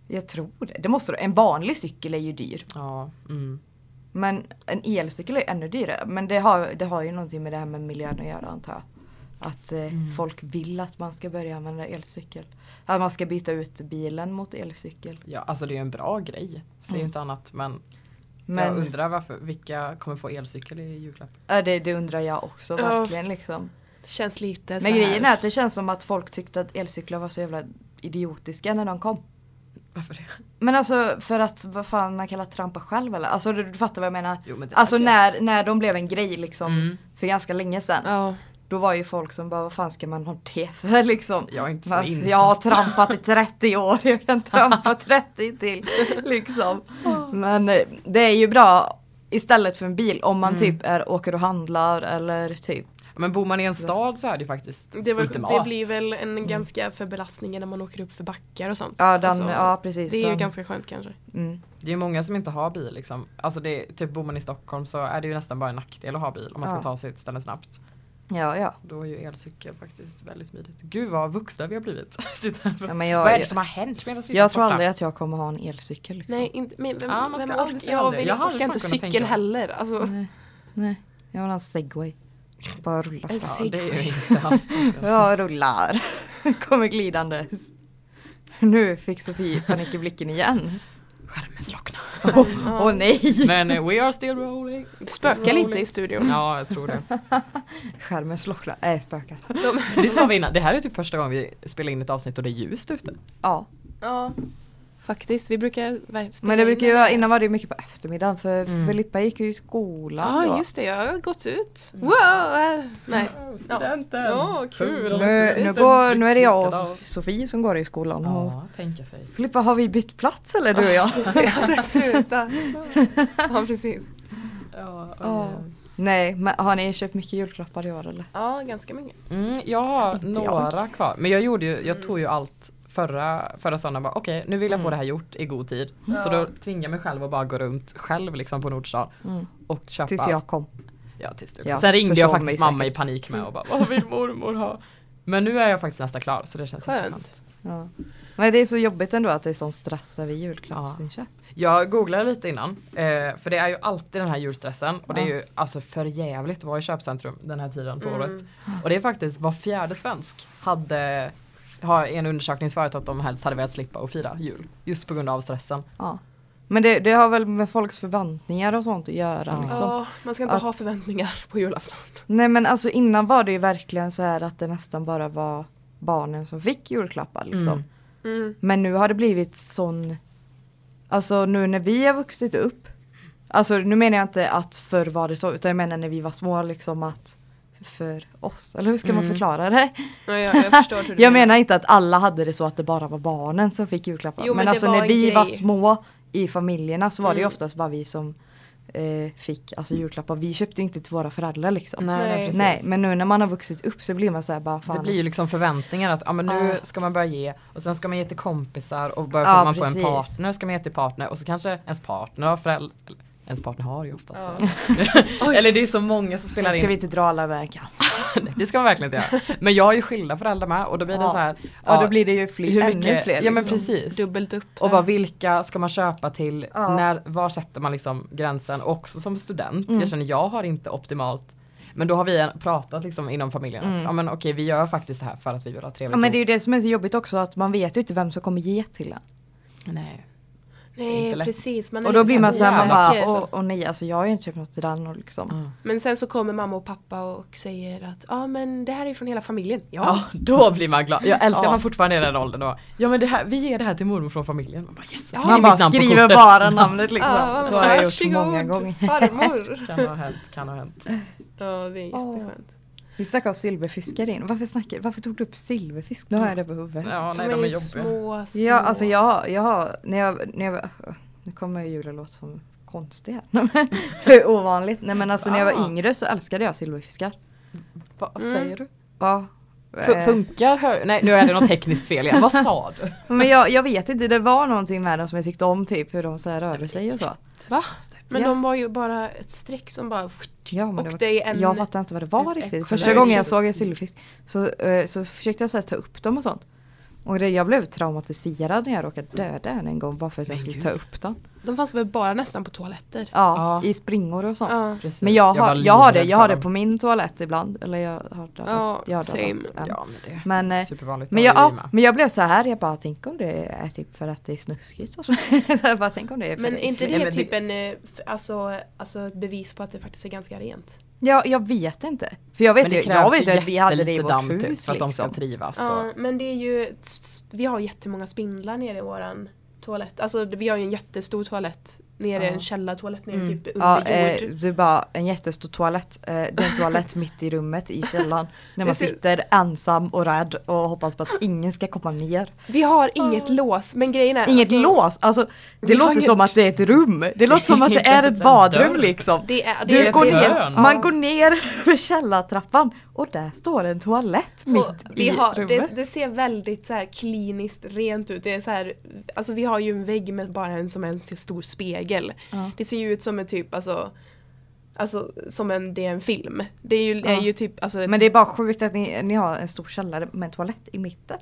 Speaker 2: Jag tror det. det måste, en vanlig cykel är ju dyr.
Speaker 1: Ja, mm.
Speaker 2: Men en elcykel är ju ännu dyrare. Men det har, det har ju någonting med det här med miljön att göra antar jag. Att eh,
Speaker 1: Mm.
Speaker 2: folk vill att man ska börja använda elcykel. Att man ska byta ut bilen mot elcykel.
Speaker 1: ja, alltså det är ju en bra grej. Ser ju inte annat men, jag
Speaker 2: Mm. Men
Speaker 1: undrar varför, vilka kommer få elcykel i julklapp?
Speaker 2: ja, det, det undrar jag också
Speaker 3: Ja.
Speaker 2: verkligen liksom.
Speaker 3: Det känns lite så
Speaker 2: Men
Speaker 3: här.
Speaker 2: grejen är att det känns som att folk tyckte att elcyklar var så jävla idiotiska när de kom.
Speaker 1: Varför det?
Speaker 2: Men alltså för att vad fan man kallar trampa själv eller? Alltså du, du fattar vad jag menar.
Speaker 1: Jo, men det
Speaker 2: Alltså
Speaker 1: hade jag
Speaker 2: när, när de blev en grej liksom
Speaker 1: Mm.
Speaker 2: för ganska länge sedan.
Speaker 3: Ja.
Speaker 2: Då var ju folk som bara vad fan ska man ha det för liksom.
Speaker 1: Jag är inte så
Speaker 2: Man,
Speaker 1: insatt.
Speaker 2: jag har trampat i 30 år, jag kan trampa 30 till. Liksom. Men eh, det är ju bra istället för en bil om man typ är, åker och handlar eller typ
Speaker 1: Men bor man i en stad så är det ju faktiskt
Speaker 3: Det, var,
Speaker 1: ultimat.
Speaker 3: det blir väl en ganska för belastning när man åker upp för backar och sånt.
Speaker 2: Mm. Ja, den,
Speaker 3: Alltså,
Speaker 2: ja precis.
Speaker 3: det är ju
Speaker 2: den-
Speaker 3: ganska skönt kanske.
Speaker 2: mm.
Speaker 1: Det är ju många som inte har bil liksom. Alltså det, typ bor man i Stockholm så är det ju nästan bara en nackdel att ha bil om man ska
Speaker 2: Ja.
Speaker 1: ta sig till ett ställe snabbt.
Speaker 2: Ja, ja.
Speaker 1: Då är ju elcykel faktiskt väldigt smidigt. Gud vad vuxna vi har blivit. Sitter här och-
Speaker 2: Ja, men jag-
Speaker 1: vad är det som har hänt medan vi
Speaker 2: Jag
Speaker 1: varit
Speaker 2: tror
Speaker 1: borta?
Speaker 2: aldrig att jag kommer ha en elcykel. Liksom.
Speaker 3: Nej, inte, men vem,
Speaker 1: Ja, man ska
Speaker 3: vem
Speaker 1: aldrig
Speaker 3: orkar,
Speaker 1: säga
Speaker 3: jag
Speaker 1: aldrig.
Speaker 3: vill,
Speaker 1: Jag har
Speaker 3: orkar
Speaker 1: aldrig
Speaker 3: inte
Speaker 1: fan kunnat
Speaker 3: cykel
Speaker 1: tänka mig.
Speaker 3: heller. Alltså,
Speaker 2: Nej. Nej. Jag vill ha en segway. Bara rulla
Speaker 3: En
Speaker 2: fram.
Speaker 1: Ja, det är ju inte hastigt.
Speaker 2: Jag rullar. Kommer glidandes. Nu fick Sofie panik i blicken igen.
Speaker 1: Skärmen slocknar.
Speaker 2: Åh åh, nej!
Speaker 1: Men eh, we are still rolling.
Speaker 3: det spökar lite i studion.
Speaker 1: Ja, jag tror det.
Speaker 2: Skärmen slocknar. Nej, äh, spökar.
Speaker 1: Det sa vi innan, det här är typ första gången vi spelar in ett avsnitt och det är ljust ute.
Speaker 2: Ja,
Speaker 3: Ja, faktiskt. Vi brukar verkligen spela
Speaker 2: men det
Speaker 3: in
Speaker 2: brukar ju
Speaker 3: den.
Speaker 2: vara, innan var det ju mycket på eftermiddagen för
Speaker 1: Mm.
Speaker 2: Filippa gick ju i skolan
Speaker 3: Ja,
Speaker 2: då.
Speaker 3: Ah, just det. Jag har gått ut. Wow! eh, Nej.
Speaker 1: studenten!
Speaker 3: Ja, kul.
Speaker 2: Nu, nu,
Speaker 3: Precis.
Speaker 2: går, nu är det jag
Speaker 1: Likadan.
Speaker 2: och Sofie som går i skolan. Och
Speaker 1: Ja, tänka sig.
Speaker 2: Filippa, har vi bytt plats eller du och jag?
Speaker 3: Sluta. Ja, precis.
Speaker 1: Ja, eh,
Speaker 2: Ja. Nej, men har ni köpt mycket julklappar i år eller?
Speaker 3: Ja, ganska mycket.
Speaker 1: Mm, jag har
Speaker 2: Inte jag. Mm.
Speaker 1: några kvar. Men jag, gjorde ju, jag tog ju allt förra, förra söndagen. bara, Okej, nu vill jag få det här gjort i god tid. Så
Speaker 3: Ja.
Speaker 1: då tvingade jag mig själv att bara gå runt själv liksom på Nordstan.
Speaker 2: Mm.
Speaker 1: Och köpa.
Speaker 2: Tills jag kom.
Speaker 1: Ja, tills du.
Speaker 2: Ja,
Speaker 1: Sen ringde jag
Speaker 2: försov
Speaker 1: faktiskt
Speaker 2: mig
Speaker 1: mamma i panik med och bara vad vill mormor ha? Men nu är jag faktiskt nästan klar så det känns
Speaker 3: Skönt.
Speaker 1: jätteskönt.
Speaker 2: Ja. Men det är så jobbigt ändå att det är sån stress över julklappsinköp.
Speaker 1: Jag googlade lite innan. Eh, för det är ju alltid den här julstressen. Och det är ju alltså för jävligt att vara i köpcentrum den här tiden på året.
Speaker 2: Mm.
Speaker 1: Och det är faktiskt var fjärde svensk hade har i en undersökning svarat att de helst hade velat slippa och fira jul. Just på grund av stressen.
Speaker 2: Ja. Men det, det har väl med folks förväntningar och sånt att göra.
Speaker 1: Ja.
Speaker 2: Liksom.
Speaker 3: Ja, man ska inte
Speaker 2: Att-
Speaker 3: ha förväntningar på julafton.
Speaker 2: Nej men alltså innan var det ju verkligen så här att det nästan bara var barnen som fick julklappar. Liksom.
Speaker 1: Mm.
Speaker 3: Mm.
Speaker 2: Men nu har det blivit sån, alltså nu när vi har vuxit upp. Alltså nu menar jag inte att förr var det så utan jag menar när vi var små liksom att för oss, eller hur ska man
Speaker 1: Mm.
Speaker 2: förklara det?
Speaker 3: Ja, jag, jag förstår hur du
Speaker 2: Jag menar inte att alla hade det så att det bara var barnen som fick julklappar.
Speaker 3: Jo,
Speaker 2: men
Speaker 3: men det
Speaker 2: alltså
Speaker 3: var
Speaker 2: när
Speaker 3: en
Speaker 2: vi
Speaker 3: grej.
Speaker 2: var små i familjerna så var det ju
Speaker 3: Mm.
Speaker 2: oftast bara vi som eh, fick alltså, julklappar. Vi köpte ju inte till våra föräldrar liksom.
Speaker 1: Nej,
Speaker 3: Nej.
Speaker 1: precis.
Speaker 2: Nej men nu när man har vuxit upp så blir man såhär bara fan.
Speaker 1: Det blir ju liksom förväntningar att ah, men nu
Speaker 2: Ja.
Speaker 1: ska man börja ge och sen ska man ge till kompisar och börja
Speaker 2: Ja,
Speaker 1: får man få en
Speaker 2: precis.
Speaker 1: partner ska man ge till partner och så kanske ens partner har föräldrar. Ens partner har ju oftast
Speaker 3: Ja.
Speaker 1: föräldrar. Eller det är så många som
Speaker 2: nu
Speaker 1: spelar
Speaker 2: ska
Speaker 1: in.
Speaker 2: vi inte dra alla över en kam.
Speaker 1: Det ska man verkligen inte göra. Men jag har ju skilda föräldrar med och då blir det
Speaker 2: Ja.
Speaker 1: så här.
Speaker 2: Ja då blir det ju fler,
Speaker 1: hur
Speaker 2: ännu
Speaker 1: mycket,
Speaker 2: fler.
Speaker 1: Ja men
Speaker 2: liksom.
Speaker 1: precis.
Speaker 3: Dubbelt upp.
Speaker 1: Och bara vilka ska man köpa till?
Speaker 2: Ja.
Speaker 1: När, var sätter man liksom gränsen? Och också som student,
Speaker 2: Mm.
Speaker 1: jag känner jag har inte optimalt men då har vi pratat liksom inom familjen att
Speaker 2: Mm.
Speaker 1: ja, men okej vi gör faktiskt det här för att vi vill ha trevligt.
Speaker 2: Ja men det är ju det som är så jobbigt också att man vet ju inte vem som kommer ge till en.
Speaker 1: Nej. inte
Speaker 3: Nej,
Speaker 1: lätt.
Speaker 3: precis. Man är
Speaker 2: Och då
Speaker 3: lite
Speaker 2: blir man såhär man bara
Speaker 3: osäker.
Speaker 2: åh, åh nej alltså jag har ju inte köpt något till den och liksom.
Speaker 1: Mm.
Speaker 3: Men sen så kommer mamma och pappa och säger att ja men det här är från hela familjen.
Speaker 1: Ja, då blir man glad. Jag älskar
Speaker 2: Ja.
Speaker 1: man fortfarande i den åldern då. Ja men det här, vi ger det här till mormor från familjen. Man bara yes, jag skriver
Speaker 2: man bara
Speaker 1: mitt namn på
Speaker 2: skriver
Speaker 1: kortet.
Speaker 2: bara namnet liksom.
Speaker 3: Ja,
Speaker 2: så har jag gjort
Speaker 3: varsågod,
Speaker 2: många gånger.
Speaker 3: Farmor.
Speaker 1: Kan ha hänt, kan ha hänt.
Speaker 3: Ja det är
Speaker 2: Åh.
Speaker 3: jätteskönt.
Speaker 2: Vi snackade om silverfiskar in. Varför, snackar, varför tog du upp silverfisk? Nu har jag det på huvudet. Ja,
Speaker 1: Ja nej
Speaker 3: de
Speaker 1: de
Speaker 3: är
Speaker 1: är
Speaker 3: ju
Speaker 1: jobbiga.
Speaker 3: små, små.
Speaker 2: alltså jag, jag har, när jag, när jag nu kommer ju julen låta som konstig här. Nej, men, Ovanligt. Nej men alltså när jag var
Speaker 1: Ah.
Speaker 2: yngre så älskade jag silverfiskar.
Speaker 1: Vad
Speaker 3: Mm.
Speaker 1: säger du?
Speaker 2: Ja.
Speaker 1: F-
Speaker 2: Eh,
Speaker 1: funkar hö- Nej nu är det något tekniskt fel igen. Vad sa du?
Speaker 2: Men jag, jag vet inte, det var någonting med dem som jag tyckte om typ hur de så här rörde sig och så.
Speaker 3: Va? Men
Speaker 2: Ja.
Speaker 3: de var ju bara ett streck som bara...
Speaker 2: Ja, men
Speaker 3: Och
Speaker 2: det var,
Speaker 3: det är en-
Speaker 2: Jag fattade inte vad det var
Speaker 3: ett
Speaker 2: riktigt.
Speaker 3: ekorre.
Speaker 2: Första gången jag såg en silverfisk så, eh, så försökte jag så här, ta upp dem och sånt. Och det, jag blev traumatiserad när jag råkade döda en en gång bara för att jag skulle ta upp dem.
Speaker 3: De fanns väl bara nästan på toaletter?
Speaker 2: Ja,
Speaker 1: Ja.
Speaker 2: i springor och sånt.
Speaker 3: Ja.
Speaker 1: Precis.
Speaker 2: Men jag,
Speaker 1: var
Speaker 2: har, jag har det,
Speaker 1: livrädd
Speaker 2: jag har
Speaker 1: för
Speaker 2: det på min toalett ibland. Eller jag har dödat,
Speaker 3: Ja,
Speaker 2: jag har
Speaker 3: same.
Speaker 2: dödat
Speaker 1: dem.
Speaker 2: en.
Speaker 1: Ja men det
Speaker 2: Men, eh,
Speaker 1: är supervanligt.
Speaker 2: Men
Speaker 1: Ja,
Speaker 2: jag,
Speaker 1: det är
Speaker 2: ja,
Speaker 1: ju med.
Speaker 2: men jag blev så här, jag bara tänk om det är typ för att det är snuskigt och så. så jag bara, tänk om det är för
Speaker 3: Men är inte
Speaker 1: Nej,
Speaker 3: det
Speaker 1: men
Speaker 3: typ
Speaker 1: det-
Speaker 3: en, eh, f- alltså, alltså ett bevis på att det faktiskt är ganska rent?
Speaker 2: Ja, jag vet inte. För jag vet
Speaker 1: men
Speaker 2: ju,
Speaker 1: det
Speaker 2: jag
Speaker 1: krävs
Speaker 2: vet ju
Speaker 1: ju
Speaker 2: att vi hade det i
Speaker 1: jättelite
Speaker 2: vårt
Speaker 1: damm
Speaker 2: hus
Speaker 1: typ, för att de ska
Speaker 2: liksom.
Speaker 1: trivas.
Speaker 3: Ja,
Speaker 1: och-
Speaker 3: men det är ju, vi har jättemånga spindlar nere i våran toalett. Alltså vi har ju en jättestor toalett nere,
Speaker 2: Ja.
Speaker 3: en källartoalett nere
Speaker 1: Mm.
Speaker 3: typ
Speaker 2: Ja,
Speaker 3: under
Speaker 2: eh,
Speaker 3: jord.
Speaker 2: du bara en jättestor toalett. Eh, det är en toalett mitt i rummet i källaren. När man
Speaker 3: ser-
Speaker 2: sitter ensam och rädd och hoppas på att ingen ska komma ner.
Speaker 3: Vi har inget lås, men grejen
Speaker 1: Äh,
Speaker 3: är...
Speaker 2: Inget
Speaker 3: alltså,
Speaker 2: lås, alltså det
Speaker 3: vi har
Speaker 2: låter
Speaker 3: inget-
Speaker 2: som att det är ett rum. Det låter som att det
Speaker 1: Inte
Speaker 2: är
Speaker 1: ens
Speaker 2: ett
Speaker 1: en
Speaker 2: badrum
Speaker 1: dörr.
Speaker 2: liksom.
Speaker 3: Det är, det
Speaker 2: Du
Speaker 3: är,
Speaker 2: går
Speaker 3: det
Speaker 2: ner,
Speaker 3: är,
Speaker 1: hörn.
Speaker 2: man går ner för källartrappan och där står en toalett mitt
Speaker 3: Och
Speaker 2: i
Speaker 3: vi har,
Speaker 2: rummet.
Speaker 3: det, det ser väldigt så här kliniskt rent ut. Det är så här, alltså vi har ju en vägg med bara en som en stor spegel.
Speaker 2: Ja.
Speaker 3: Det ser ju ut som en typ alltså, alltså som en, det är en film. Det är ju,
Speaker 2: Ja.
Speaker 3: är ju typ alltså,
Speaker 2: Men det är bara sjukt att ni, ni har en stor källare med en toalett i mitten.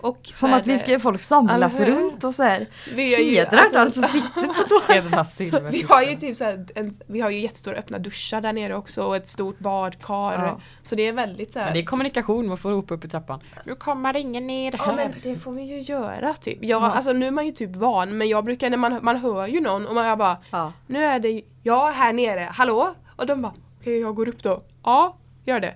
Speaker 3: och så
Speaker 2: Som
Speaker 3: är
Speaker 2: att vi
Speaker 3: det-
Speaker 2: ska folk samlas
Speaker 3: Eller hur?
Speaker 2: runt och så här.
Speaker 3: vi är ju-
Speaker 2: Hedrar alltså, sitter på toaletten.
Speaker 1: Är det här silver-
Speaker 3: Vi har ju typ så här, en, vi har ju jättestora öppna duschar där nere också och ett stort badkar.
Speaker 2: Ja.
Speaker 3: Så det är väldigt så
Speaker 1: Men
Speaker 3: här.
Speaker 1: det är kommunikation, man får ropa upp i trappan. Nu kommer ingen ner här.
Speaker 3: Ja men det får vi ju göra typ. Jag,
Speaker 2: Ja.
Speaker 3: Alltså nu är man ju typ van men jag brukar när man, man hör ju någon och man jag bara
Speaker 2: Ja.
Speaker 3: Nu är det jag här nere, hallå? Och de bara okej jag går upp då. Ja, gör det.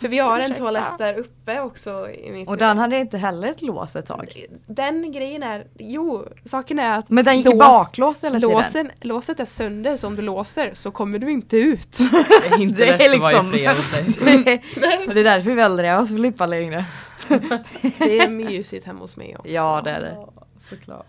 Speaker 3: För vi har en
Speaker 1: Ursäkta.
Speaker 3: toalett där uppe också i min
Speaker 2: Och
Speaker 3: stuga.
Speaker 2: den hade inte heller ett lås ett tag.
Speaker 3: den grejen är, jo saken är att
Speaker 2: Men den gick i
Speaker 3: lås-
Speaker 2: baklås hela tiden.
Speaker 3: Låsen, låset är sönder så om du låser så kommer du inte ut.
Speaker 1: det är inte
Speaker 2: det är
Speaker 1: lätt att vara
Speaker 2: liksom-
Speaker 1: ifred hos dig.
Speaker 2: Och det är därför vi aldrig har oss Filippa längre.
Speaker 3: Det är mysigt hemma hos mig också.
Speaker 2: Ja det är det.
Speaker 1: Såklart.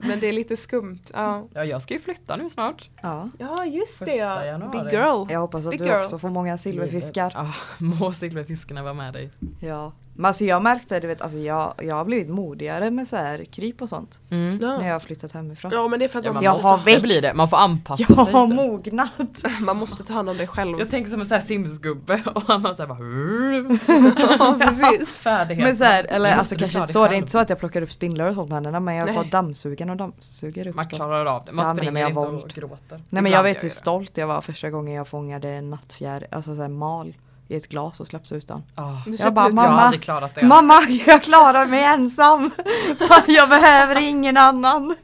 Speaker 3: Men det är lite skumt. Ja,
Speaker 1: Ja jag ska ju flytta nu snart.
Speaker 2: Ja.
Speaker 3: ja just det
Speaker 1: Första
Speaker 3: ja.
Speaker 1: januari.
Speaker 3: Big girl.
Speaker 2: Jag hoppas att
Speaker 3: Big
Speaker 2: du
Speaker 3: girl.
Speaker 2: också får många silverfiskar.
Speaker 1: Ja, må silverfiskarna vara med dig.
Speaker 2: Ja. Men alltså jag märkte, du vet, alltså jag, jag har blivit modigare med så här kryp och sånt. När jag
Speaker 3: Ja.
Speaker 2: har flyttat hemifrån.
Speaker 3: ja men det är för att
Speaker 1: Ja,
Speaker 3: man,
Speaker 1: man
Speaker 2: Mm. Jag
Speaker 3: måste,
Speaker 2: har
Speaker 1: måste- det blir det, man får anpassa
Speaker 2: Jag
Speaker 1: sig typ.
Speaker 2: har
Speaker 1: lite.
Speaker 2: mognat.
Speaker 3: man måste ta hand om dig själv.
Speaker 1: Jag tänker som en sån här simsgubbe och man såhär bara...
Speaker 2: Ja, precis.
Speaker 1: Färdighet.
Speaker 2: Men så här, eller
Speaker 1: Måste
Speaker 2: alltså
Speaker 1: du
Speaker 2: kanske
Speaker 1: ta
Speaker 2: inte
Speaker 1: dig
Speaker 2: så, det är
Speaker 1: själv?
Speaker 2: inte så att jag plockar upp spindlar och sånt med händerna men jag tar
Speaker 3: Nej.
Speaker 2: dammsugaren och dammsuger upp
Speaker 1: Man
Speaker 2: dem.
Speaker 1: klarar av det, man
Speaker 2: Jag använder mig
Speaker 1: springer
Speaker 2: av
Speaker 1: inte och
Speaker 2: våld.
Speaker 1: gråter.
Speaker 2: Nej men jag
Speaker 1: Ibland
Speaker 2: vet hur
Speaker 1: gör
Speaker 2: stolt jag var första gången jag fångade en nattfjäril, alltså såhär mal i ett glas och släppte ut den.
Speaker 1: jag det. Ah,
Speaker 3: Du
Speaker 2: Jag
Speaker 3: släpper
Speaker 2: bara,
Speaker 3: ut-
Speaker 1: Jag har
Speaker 2: mamma.
Speaker 1: aldrig klarat det.
Speaker 2: Mamma, jag klarar mig ensam! jag behöver ingen annan!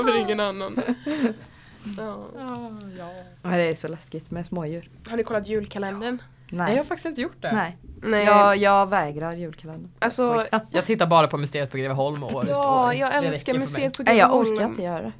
Speaker 3: över ingen annan. Ja.
Speaker 1: Ah, ja.
Speaker 2: Men det är så läskigt med smådjur.
Speaker 3: Har ni kollat julkalendern?
Speaker 1: Nej
Speaker 2: Nej.
Speaker 1: jag har faktiskt inte gjort det.
Speaker 2: Nej.
Speaker 3: Nej.
Speaker 2: Jag, jag vägrar julkalendern.
Speaker 3: alltså,
Speaker 1: Jag tittar bara på museet på Greveholm och året
Speaker 3: ja, jag älskar museet på
Speaker 2: Nej jag
Speaker 3: Greveholm.
Speaker 2: orkar inte göra det.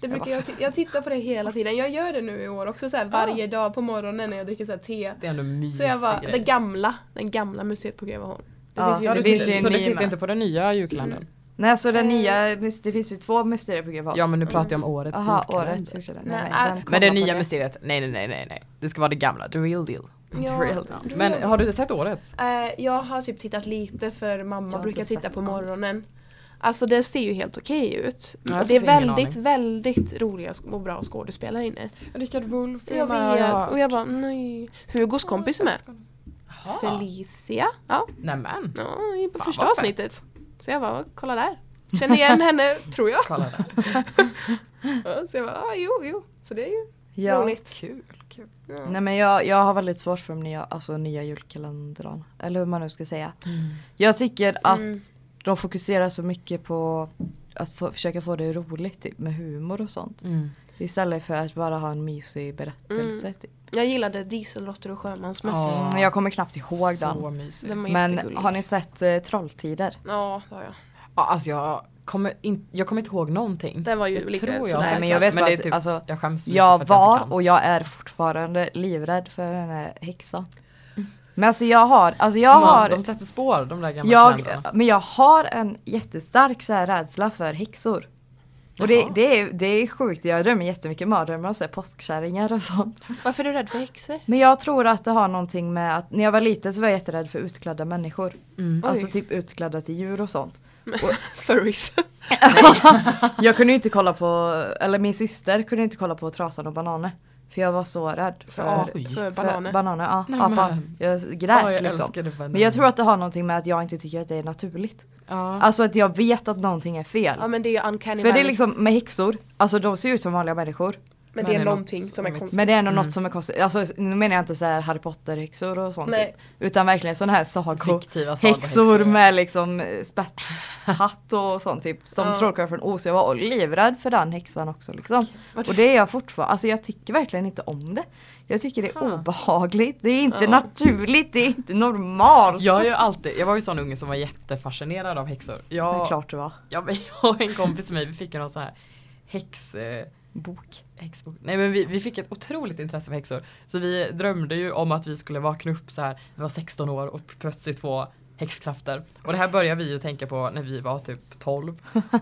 Speaker 3: Det brukar jag, ti- jag tittar på det hela tiden. Jag gör det nu i år också så här, varje dag på morgonen när jag dricker så här te.
Speaker 1: Det är ändå mysig
Speaker 3: Så jag bara,
Speaker 1: grej.
Speaker 3: det gamla, den gamla museet på Greveholm. Det
Speaker 2: Ja,
Speaker 3: finns ju
Speaker 1: Ja,
Speaker 2: det
Speaker 1: du
Speaker 2: finns
Speaker 1: tittar-
Speaker 2: ju en
Speaker 1: så du
Speaker 2: ny
Speaker 1: tittar
Speaker 2: med.
Speaker 1: inte på den nya julkalendern?
Speaker 2: Nej alltså den
Speaker 3: Eh.
Speaker 2: nya, det finns ju två mysterier på Greveholm.
Speaker 1: Ja men nu pratar jag om årets
Speaker 2: Jaha,
Speaker 1: julkalender.
Speaker 2: årets julkalender.
Speaker 3: Nej,
Speaker 2: Nej,
Speaker 3: ah.
Speaker 2: vem
Speaker 3: Men
Speaker 1: äh, Men
Speaker 2: kollar
Speaker 1: det
Speaker 2: på
Speaker 1: nya mysteriet, nej nej nej nej nej. Det ska vara det gamla, the real deal.
Speaker 3: Ja,
Speaker 1: the real deal.
Speaker 3: the real
Speaker 1: Men har du sett årets?
Speaker 3: Eh, jag har typ tittat lite för
Speaker 2: Jag
Speaker 3: mamma
Speaker 2: har
Speaker 3: brukar
Speaker 2: inte
Speaker 3: titta
Speaker 2: sett
Speaker 3: på
Speaker 2: alls.
Speaker 3: morgonen. Alltså det ser ju helt okej ut.
Speaker 1: Ja,
Speaker 3: och
Speaker 1: jag
Speaker 3: det är
Speaker 1: har ingen
Speaker 3: väldigt,
Speaker 1: aning.
Speaker 3: väldigt roliga sk- och bra skådespelare inne.
Speaker 1: Rickard Wolff
Speaker 3: Jag vet. Och jag bara, nej. Hugos kompis är med. Felicia. Ja,
Speaker 2: Mm.
Speaker 1: Nämen.
Speaker 3: Ah. ja i på
Speaker 1: Fan,
Speaker 3: första
Speaker 1: vad fett.
Speaker 3: avsnittet. Så jag bara, kolla där. Känner igen henne, tror jag.
Speaker 1: Kolla där.
Speaker 3: Ja, Så jag bara, ah, jo, jo. Så det är ju
Speaker 2: Ja.
Speaker 3: roligt.
Speaker 1: Kul. kul.
Speaker 3: Ja.
Speaker 2: Nej men jag, jag har väldigt svårt för de nya, alltså, nya julkalendrarna. Eller hur man nu ska säga. Jag tycker att
Speaker 3: Mm.
Speaker 2: de fokuserar så mycket på att få, försöka få det roligt typ, med humor och sånt.
Speaker 1: Mm.
Speaker 2: Istället för att bara ha en mysig berättelse. Typ.
Speaker 3: Jag gillade Dieselråttor och sjömansmöss.
Speaker 1: Ja.
Speaker 2: Mm, jag kommer knappt ihåg
Speaker 1: Så
Speaker 2: den.
Speaker 1: mysigt.
Speaker 3: Den var
Speaker 2: Men
Speaker 3: jättegullig.
Speaker 2: har ni sett eh, Trolltider?
Speaker 3: Ja, det har jag.
Speaker 1: Ja, alltså jag kommer, in, jag kommer inte ihåg någonting.
Speaker 3: Den var ju
Speaker 1: jag
Speaker 3: lite
Speaker 1: tror jag
Speaker 3: sådär.
Speaker 1: har sett
Speaker 2: Nej, men jag
Speaker 1: den.
Speaker 2: vet bara
Speaker 1: det är
Speaker 2: att,
Speaker 1: typ,
Speaker 2: alltså,
Speaker 1: jag skäms lite för
Speaker 2: Jag
Speaker 1: att jag inte
Speaker 2: var
Speaker 1: kan.
Speaker 2: och jag är fortfarande livrädd för den här häxan. Men alltså jag har, alltså jag
Speaker 1: Man-
Speaker 2: har
Speaker 1: De sätter spår de där gamla
Speaker 2: Jag,
Speaker 1: kalendrarna.
Speaker 2: men jag har en jättestark så här rädsla för häxor. Och det, det, är, det är sjukt, jag drömmer jättemycket mardrömmar om så här påskkärringar och sånt.
Speaker 3: Varför är du rädd för häxor?
Speaker 2: Men jag tror att det har någonting med att när jag var liten så var jag jätterädd för utklädda människor.
Speaker 1: Mm.
Speaker 2: Alltså
Speaker 3: Oj.
Speaker 2: typ utklädda till djur och sånt.
Speaker 3: Furries.
Speaker 2: Jag kunde ju inte kolla på, eller min syster kunde inte kolla på Trasan och Bananer. För jag var så rädd för,
Speaker 3: För,
Speaker 1: Oj.
Speaker 3: för
Speaker 2: För
Speaker 3: bananer.
Speaker 2: bananer ja,
Speaker 1: Nej,
Speaker 2: apan.
Speaker 1: men-
Speaker 2: Jag grät
Speaker 1: Ja, jag
Speaker 2: liksom.
Speaker 1: älskade bananer.
Speaker 2: Men jag tror att det har någonting med att jag inte tycker att det är naturligt.
Speaker 1: Ja.
Speaker 2: Alltså att jag vet att någonting är fel.
Speaker 3: ja men det är ju uncanny
Speaker 2: För det är
Speaker 3: valley.
Speaker 2: liksom med häxor, alltså de ser ut som vanliga människor.
Speaker 1: Men
Speaker 3: Men det
Speaker 1: det
Speaker 3: är
Speaker 1: är
Speaker 3: någonting
Speaker 1: något
Speaker 3: som är
Speaker 1: som är
Speaker 3: konstigt.
Speaker 2: Men det är ändå något som är konstigt, alltså nu menar jag inte så här Harry Potter häxor och sånt.
Speaker 3: Nej.
Speaker 2: Typ. Utan verkligen sådana här sagor.
Speaker 1: Fiktiva sagohäxor.
Speaker 2: Häxor med liksom eh, spetshatt och sånt typ. Som
Speaker 3: Ja.
Speaker 2: trollkarlar från Oz. Jag var livrädd för den häxan också liksom.
Speaker 3: Vart-
Speaker 2: Och det är jag fortfarande, alltså jag tycker verkligen inte om det. Jag tycker det är
Speaker 1: Ha.
Speaker 2: obehagligt, det är inte
Speaker 3: Ja.
Speaker 2: naturligt, det är inte normalt.
Speaker 1: Jag, är ju alltid, jag var ju sån unge som var jättefascinerad av häxor.
Speaker 2: Det är
Speaker 1: Jag,
Speaker 2: klart det var.
Speaker 1: jag, jag och en kompis till mig vi fick ju någon sån här häx... eh,
Speaker 2: Bok.
Speaker 1: Häxbok. Nej men vi, vi fick ett otroligt intresse för häxor. Så vi drömde ju om att vi skulle vakna upp så här. vi var 16 år och plötsligt få häxkrafter. Och det här började vi ju tänka på när vi var typ 12.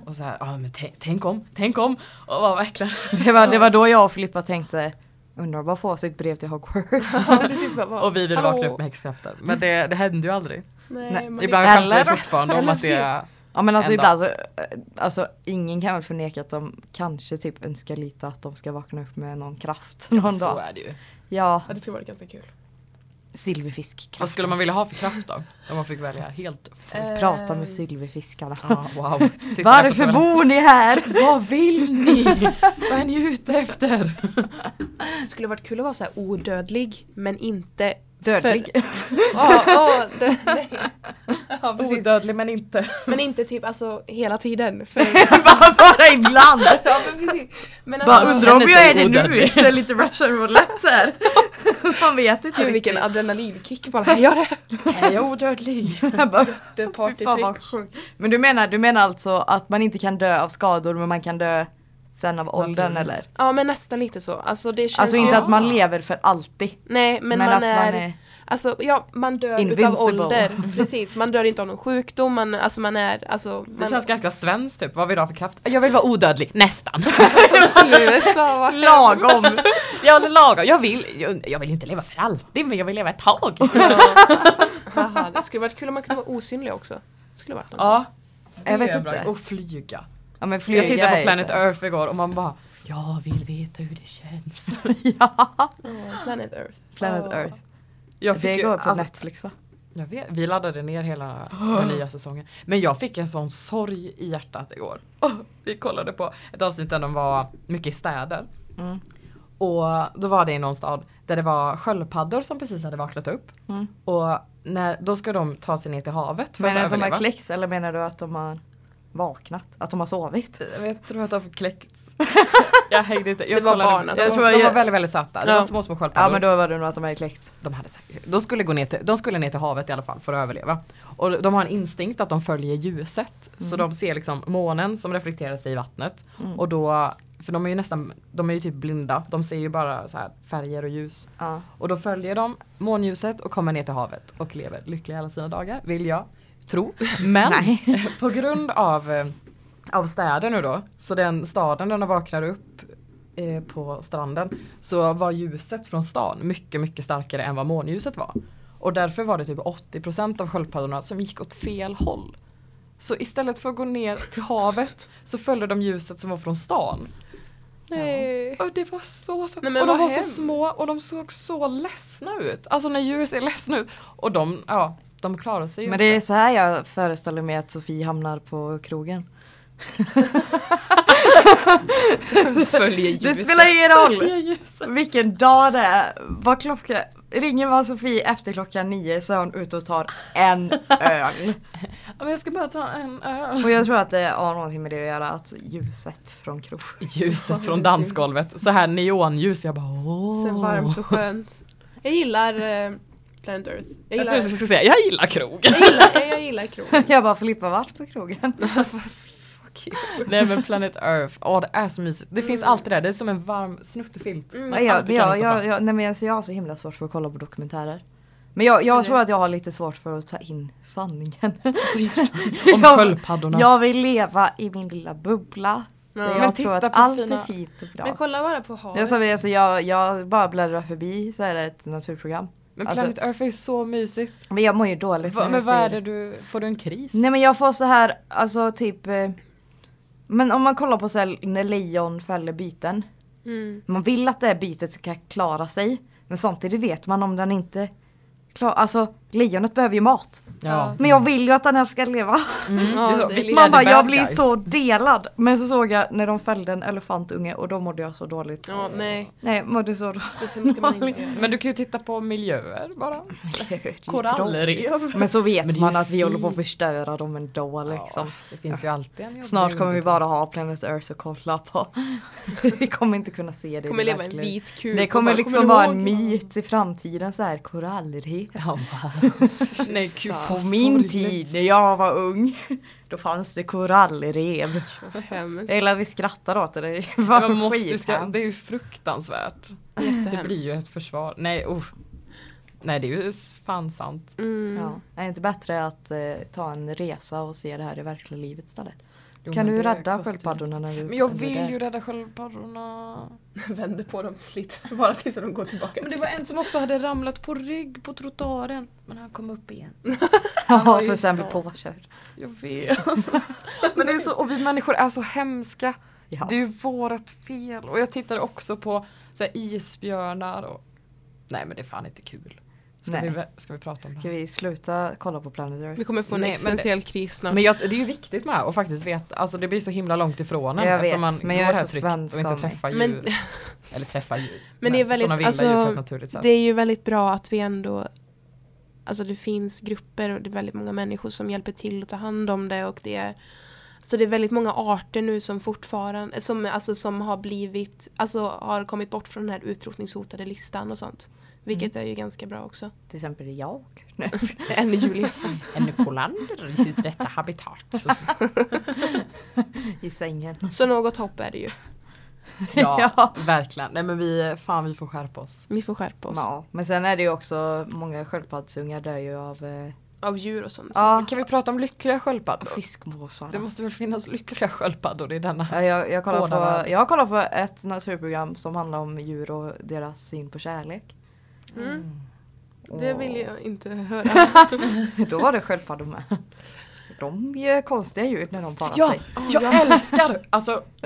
Speaker 1: Och så här, ja ah, men tän- tänk om, tänk om! Och var verkligen.
Speaker 2: Det var, det var då jag och Filippa tänkte, undrar vad får sitt brev till Hogwarts?
Speaker 3: Ja, precis, bara, bara,
Speaker 1: Och vi ville
Speaker 3: hallå?
Speaker 1: vakna upp med häxkrafter. Men det, det hände ju aldrig.
Speaker 3: Nej,
Speaker 2: Nej.
Speaker 3: men
Speaker 1: Ibland
Speaker 3: det,
Speaker 1: skämtar
Speaker 2: Eller-
Speaker 1: jag fortfarande om
Speaker 3: eller
Speaker 1: att det är...
Speaker 2: Ja men alltså
Speaker 1: En
Speaker 2: ibland så, eh, alltså ingen kan väl förneka att de kanske typ önskar lite att de ska vakna upp med någon kraft någon
Speaker 1: Så
Speaker 2: dag.
Speaker 1: är det ju.
Speaker 2: Ja,
Speaker 3: ja, det skulle vara ganska kul.
Speaker 2: silverfiskkraft.
Speaker 1: Vad skulle man vilja ha för kraft då? Om man fick välja helt.
Speaker 2: Prata med
Speaker 3: Ehm,
Speaker 2: silverfiskarna.
Speaker 1: Eh. Ja, wow. Sitter där på
Speaker 2: Varför
Speaker 1: toaletten.
Speaker 2: bor ni här?
Speaker 1: Vad vill ni? Vad är ni ute efter?
Speaker 3: Det skulle varit kul att vara så här odödlig men inte
Speaker 2: Dödlig.
Speaker 3: Ja, ja, dö- nej. Ja, precis.
Speaker 1: Odödlig men inte.
Speaker 3: Men inte typ alltså hela tiden. För,
Speaker 2: Bara- Bara ibland.
Speaker 3: ja, men precis. Men
Speaker 2: Bara
Speaker 1: Man
Speaker 3: alltså,
Speaker 2: undrar om
Speaker 1: känner
Speaker 2: jag
Speaker 1: sig
Speaker 2: är det nu.
Speaker 1: odödlig.
Speaker 2: Så lite russian roulette här. Man vet inte
Speaker 3: Gud vilken adrenalinkick bara, jag gör det!
Speaker 1: Är jag odödlig?
Speaker 2: Jag bara,
Speaker 3: Det är
Speaker 2: fy fan
Speaker 3: partytrick.
Speaker 2: vad sjukt. Men du menar, du menar alltså att man inte kan dö av skador men man kan dö sen av åldern
Speaker 1: Naturligt.
Speaker 2: eller?
Speaker 3: Ja men nästan lite så. Alltså det känns
Speaker 2: Alltså
Speaker 3: ju...
Speaker 2: inte att man
Speaker 1: Ja.
Speaker 2: lever för alltid.
Speaker 3: Nej men, man,
Speaker 2: att
Speaker 3: är, Alltså ja, man dör utav
Speaker 2: Invincible.
Speaker 3: ålder. Precis, man dör inte av någon sjukdom, man, alltså man är, alltså
Speaker 1: Det
Speaker 3: man,
Speaker 1: känns ganska svenskt typ, vad vill du ha för kraft? Jag vill vara odödlig, nästan.
Speaker 2: Sluta vad Lagom!
Speaker 1: Jag vill laga, jag vill, jag, jag vill ju inte leva för alltid men jag vill leva ett tag.
Speaker 3: haha, det skulle varit kul om man kunde vara osynlig också. Det skulle varit något.
Speaker 1: Ja.
Speaker 2: Jag vet
Speaker 1: Det är bra.
Speaker 2: inte.
Speaker 1: Och flyga.
Speaker 2: Ja men flyga
Speaker 1: Jag tittade
Speaker 2: är
Speaker 1: på
Speaker 2: ju
Speaker 1: Planet
Speaker 2: så-
Speaker 1: Earth igår och man bara jag vill veta hur det känns.
Speaker 2: Ja,
Speaker 3: Ja, Planet Earth.
Speaker 2: Planet
Speaker 3: Ja.
Speaker 2: Earth.
Speaker 1: Jag
Speaker 2: det
Speaker 1: ju-
Speaker 2: går på
Speaker 1: alltså,
Speaker 2: Netflix va?
Speaker 1: jag vet, vi laddade ner hela den nya säsongen. Men jag fick en sån sorg i hjärtat igår. vi kollade på ett avsnitt där de var mycket i städer.
Speaker 2: Mm.
Speaker 1: Och då var det i någon stad där det var sköldpaddor som precis hade vaknat upp.
Speaker 2: Mm.
Speaker 1: Och när, då ska de ta sig ner till havet för
Speaker 2: Menar
Speaker 1: att
Speaker 2: du att de har
Speaker 1: överleva.
Speaker 2: kläckts eller menar du att de har vaknat? Att de har sovit?
Speaker 1: Jag tror att de har kläckts. jag hängde inte. Jag
Speaker 3: Det var
Speaker 1: kollade-
Speaker 3: barn, alltså.
Speaker 1: Jag tror
Speaker 2: jag-
Speaker 1: de var väldigt väldigt söta. Det
Speaker 2: Ja.
Speaker 1: var små små sköldpaddor.
Speaker 2: Ja men då var det nog att de hade kläckts.
Speaker 1: de, hade säkert, de, skulle gå ner till, de skulle ner till havet i alla fall för att överleva. Och de har en instinkt att de följer ljuset. Så de ser liksom månen som reflekterar sig i vattnet.
Speaker 2: Mm.
Speaker 1: Och då, för de är ju nästan, de är ju typ blinda. De ser ju bara så här färger och ljus.
Speaker 2: Ja.
Speaker 1: Och då följer de månljuset och kommer ner till havet och lever lyckliga alla sina dagar, vill jag tro. Men på grund av, eh, av städer nu då, så den staden när de vaknar upp eh, på stranden så var ljuset från stan mycket, mycket starkare än vad månljuset var. Och därför var det typ 80% av sköldpaddorna som gick åt fel håll. Så istället för att gå ner till havet så följde de ljuset som var från stan.
Speaker 3: Nej.
Speaker 1: Och det var så, så
Speaker 3: Nej, men
Speaker 1: och de
Speaker 3: vad
Speaker 1: var så
Speaker 3: hemskt.
Speaker 1: små och de såg så ledsna ut. Alltså när djur ser ledsna ut. Och de, ja, de klarar sig ju
Speaker 2: Men det är
Speaker 1: inte.
Speaker 2: så här jag föreställer mig att Sofie hamnar på krogen.
Speaker 1: följer ljuset.
Speaker 2: Det spelar ingen roll!
Speaker 1: Följer ljuset.
Speaker 2: Vilken dag det är! Vad klocka... Ringer man Sofie efter klockan nio så är hon ute och tar en öl.
Speaker 1: Ja, men jag ska bara ta en öl.
Speaker 2: Och jag tror att det har någonting med det att göra, att ljuset från krog.
Speaker 1: Ljuset från dansgolvet. Så här neonljus. Jag bara åh.
Speaker 3: Så varmt och skönt. Jag gillar eh, Planet Earth.
Speaker 1: Jag
Speaker 3: Jag gillar,
Speaker 1: trodde du skulle säga jag gillar krogen.
Speaker 3: jag gillar, jag, jag gillar krogen.
Speaker 2: Jag bara Filippa vart på krogen?
Speaker 1: Nej men Planet Earth. Åh det är så mysigt. Det
Speaker 3: Mm.
Speaker 1: finns alltid där. Det är som en varm snuttefilt.
Speaker 2: Nej, jag,
Speaker 1: Alltid kan
Speaker 2: jag,
Speaker 1: hitta
Speaker 2: jag,
Speaker 1: fram.
Speaker 2: jag, nej men alltså jag har så himla svårt för att kolla på dokumentärer. Men jag, jag tror att jag har lite svårt för att ta in sanningen.
Speaker 1: Om
Speaker 2: Jag-
Speaker 1: sköldpaddorna.
Speaker 2: Jag vill leva i min lilla bubbla. Där
Speaker 1: Men
Speaker 2: jag
Speaker 1: titta
Speaker 2: tror att
Speaker 1: på
Speaker 2: allt
Speaker 1: fina-
Speaker 2: är fint och bra.
Speaker 3: Men kolla bara på
Speaker 2: Det är
Speaker 3: havet.
Speaker 2: som, alltså, jag, jag bara bläddrar förbi så är det ett naturprogram.
Speaker 1: Men
Speaker 2: Alltså-
Speaker 1: Planet Earth är ju så mysigt.
Speaker 2: Men jag mår ju dåligt
Speaker 1: Va,
Speaker 2: när
Speaker 1: men
Speaker 2: jag
Speaker 1: vad
Speaker 2: ser
Speaker 1: är det du, får du en kris?
Speaker 2: Nej men jag får så här, alltså typ eh, Men om man kollar på så här, när lejon fäller byten
Speaker 3: Mm.
Speaker 2: Man vill att det här bytet ska klara sig Men samtidigt vet man om den inte klarar, alltså lejonet behöver ju mat
Speaker 1: Ja.
Speaker 2: Men jag vill ju att den här ska leva
Speaker 1: Mm.
Speaker 3: Ja,
Speaker 1: det är så,
Speaker 3: det är
Speaker 1: vilka
Speaker 3: lite-
Speaker 1: är
Speaker 2: Man
Speaker 1: the
Speaker 2: bara
Speaker 1: bad
Speaker 2: jag blir
Speaker 1: guys?
Speaker 2: så delad Men så såg jag när de fällde en elefantunge och då mådde jag så dåligt
Speaker 3: Ja, nej.
Speaker 2: Nej mådde så dåligt
Speaker 3: Det ska man inte göra.
Speaker 1: Men du kan ju titta på miljöer bara.
Speaker 2: Det är ju tråkigt.
Speaker 1: Korallrev.
Speaker 2: Men så
Speaker 1: Men det är
Speaker 2: vet
Speaker 1: ju
Speaker 2: man att vi håller på att
Speaker 1: fint.
Speaker 2: förstöra dem ändå liksom
Speaker 1: Ja, det finns ju alltid en jobbig
Speaker 2: Snart kommer vi
Speaker 1: underton.
Speaker 2: bara ha Planet Earth att kolla på. vi kommer inte kunna se det i
Speaker 3: kommer leva i en
Speaker 2: verkligheten.
Speaker 3: vit kub.
Speaker 2: Det
Speaker 3: och
Speaker 2: kommer
Speaker 3: bara,
Speaker 2: liksom
Speaker 3: du
Speaker 2: vara
Speaker 3: ihåg?
Speaker 2: en myt i framtiden så här korallrev.
Speaker 1: Ja, bara- Nej gud
Speaker 2: På
Speaker 1: vad
Speaker 2: min
Speaker 1: sorgligt.
Speaker 2: tid när jag var ung då fanns det korallrev.
Speaker 3: Vad hemskt.
Speaker 2: Jag gillar att vi skrattar åt det. Det
Speaker 1: Men
Speaker 2: var
Speaker 1: Man måste, ju ska,
Speaker 2: skithemskt.
Speaker 1: det är ju fruktansvärt. Det blir ju ett
Speaker 3: Jättehemskt.
Speaker 1: försvar. Nej oh. Nej det är ju fan sant.
Speaker 3: Mm.
Speaker 2: Ja. Är det inte bättre att eh, ta en resa och se det här i verkliga livet istället?
Speaker 1: Jo,
Speaker 2: kan
Speaker 1: men
Speaker 2: du
Speaker 1: det
Speaker 2: rädda
Speaker 1: kostar ju
Speaker 2: sköldpaddorna när du
Speaker 1: Men jag
Speaker 2: är
Speaker 1: vill
Speaker 2: där?
Speaker 1: ju rädda sköldpaddorna.
Speaker 3: Vänder på dem lite, bara tills de går tillbaka.
Speaker 1: Men det var en som också hade ramlat på rygg på trottoaren. Men han kom upp igen.
Speaker 2: Ja
Speaker 1: ju
Speaker 2: för sen bli
Speaker 1: stad.
Speaker 2: påkörd.
Speaker 1: Jag vet. Men det är så, och vi människor är så hemska.
Speaker 2: Ja.
Speaker 1: Det är ju vårat fel. Och jag tittade också på så här, isbjörnar och... Nej men det är fan inte kul. Ska,
Speaker 2: Nej.
Speaker 1: vi, vä- ska vi prata om det?
Speaker 2: Ska
Speaker 1: här?
Speaker 2: vi sluta kolla på Planet Earth?
Speaker 3: Vi kommer få en
Speaker 1: Nej, men det-
Speaker 3: existentiell kris snart.
Speaker 1: Men jag, det är ju viktigt med att faktiskt veta, alltså det blir så himla långt ifrån en
Speaker 2: Jag
Speaker 1: eftersom
Speaker 2: vet,
Speaker 1: man
Speaker 2: men
Speaker 1: går
Speaker 2: jag är
Speaker 1: här
Speaker 2: så
Speaker 1: tryggt
Speaker 2: svensk
Speaker 1: och inte
Speaker 2: av mig.
Speaker 1: träffar
Speaker 3: Men-
Speaker 1: djur. Eller träffar djur.
Speaker 3: Men det är väldigt-
Speaker 1: sådana vilda
Speaker 3: alltså,
Speaker 1: djur på ett naturligt sätt.
Speaker 3: Det är ju väldigt bra att vi ändå Alltså det finns grupper och det är väldigt många människor som hjälper till att ta hand om det och det är Så det är väldigt många arter nu som fortfarande som, alltså, som har blivit Alltså har kommit bort från den här utrotningshotade listan och sånt Vilket
Speaker 2: Mm.
Speaker 3: är ju ganska bra också
Speaker 2: Till exempel jag.
Speaker 3: Än i juli
Speaker 1: En kolander i sitt rätta habitat.
Speaker 2: I sängen.
Speaker 3: Så något hopp är det ju
Speaker 1: Ja,
Speaker 2: Ja.
Speaker 1: verkligen. Nej men vi, fan vi får skärpa oss.
Speaker 3: Vi får skärpa oss
Speaker 2: Ja, men sen är det ju också många sköldpaddsungar dör ju av eh,
Speaker 3: Av djur och sånt
Speaker 2: ja,
Speaker 1: Kan vi prata om lyckliga sköldpaddor?
Speaker 2: fiskmåsar.
Speaker 1: Det måste väl finnas lyckliga sköldpaddor i denna?
Speaker 2: Ja, jag, jag, kollar
Speaker 1: Båda
Speaker 2: på,
Speaker 1: världar.
Speaker 2: jag kollar på ett naturprogram som handlar om djur och deras syn på kärlek.
Speaker 3: mm.
Speaker 2: Och
Speaker 3: Det vill jag inte höra
Speaker 2: Då var det sköldpaddor med. De gör konstiga ljud när de parar
Speaker 1: Ja,
Speaker 2: sig.
Speaker 1: jag älskar! Alltså,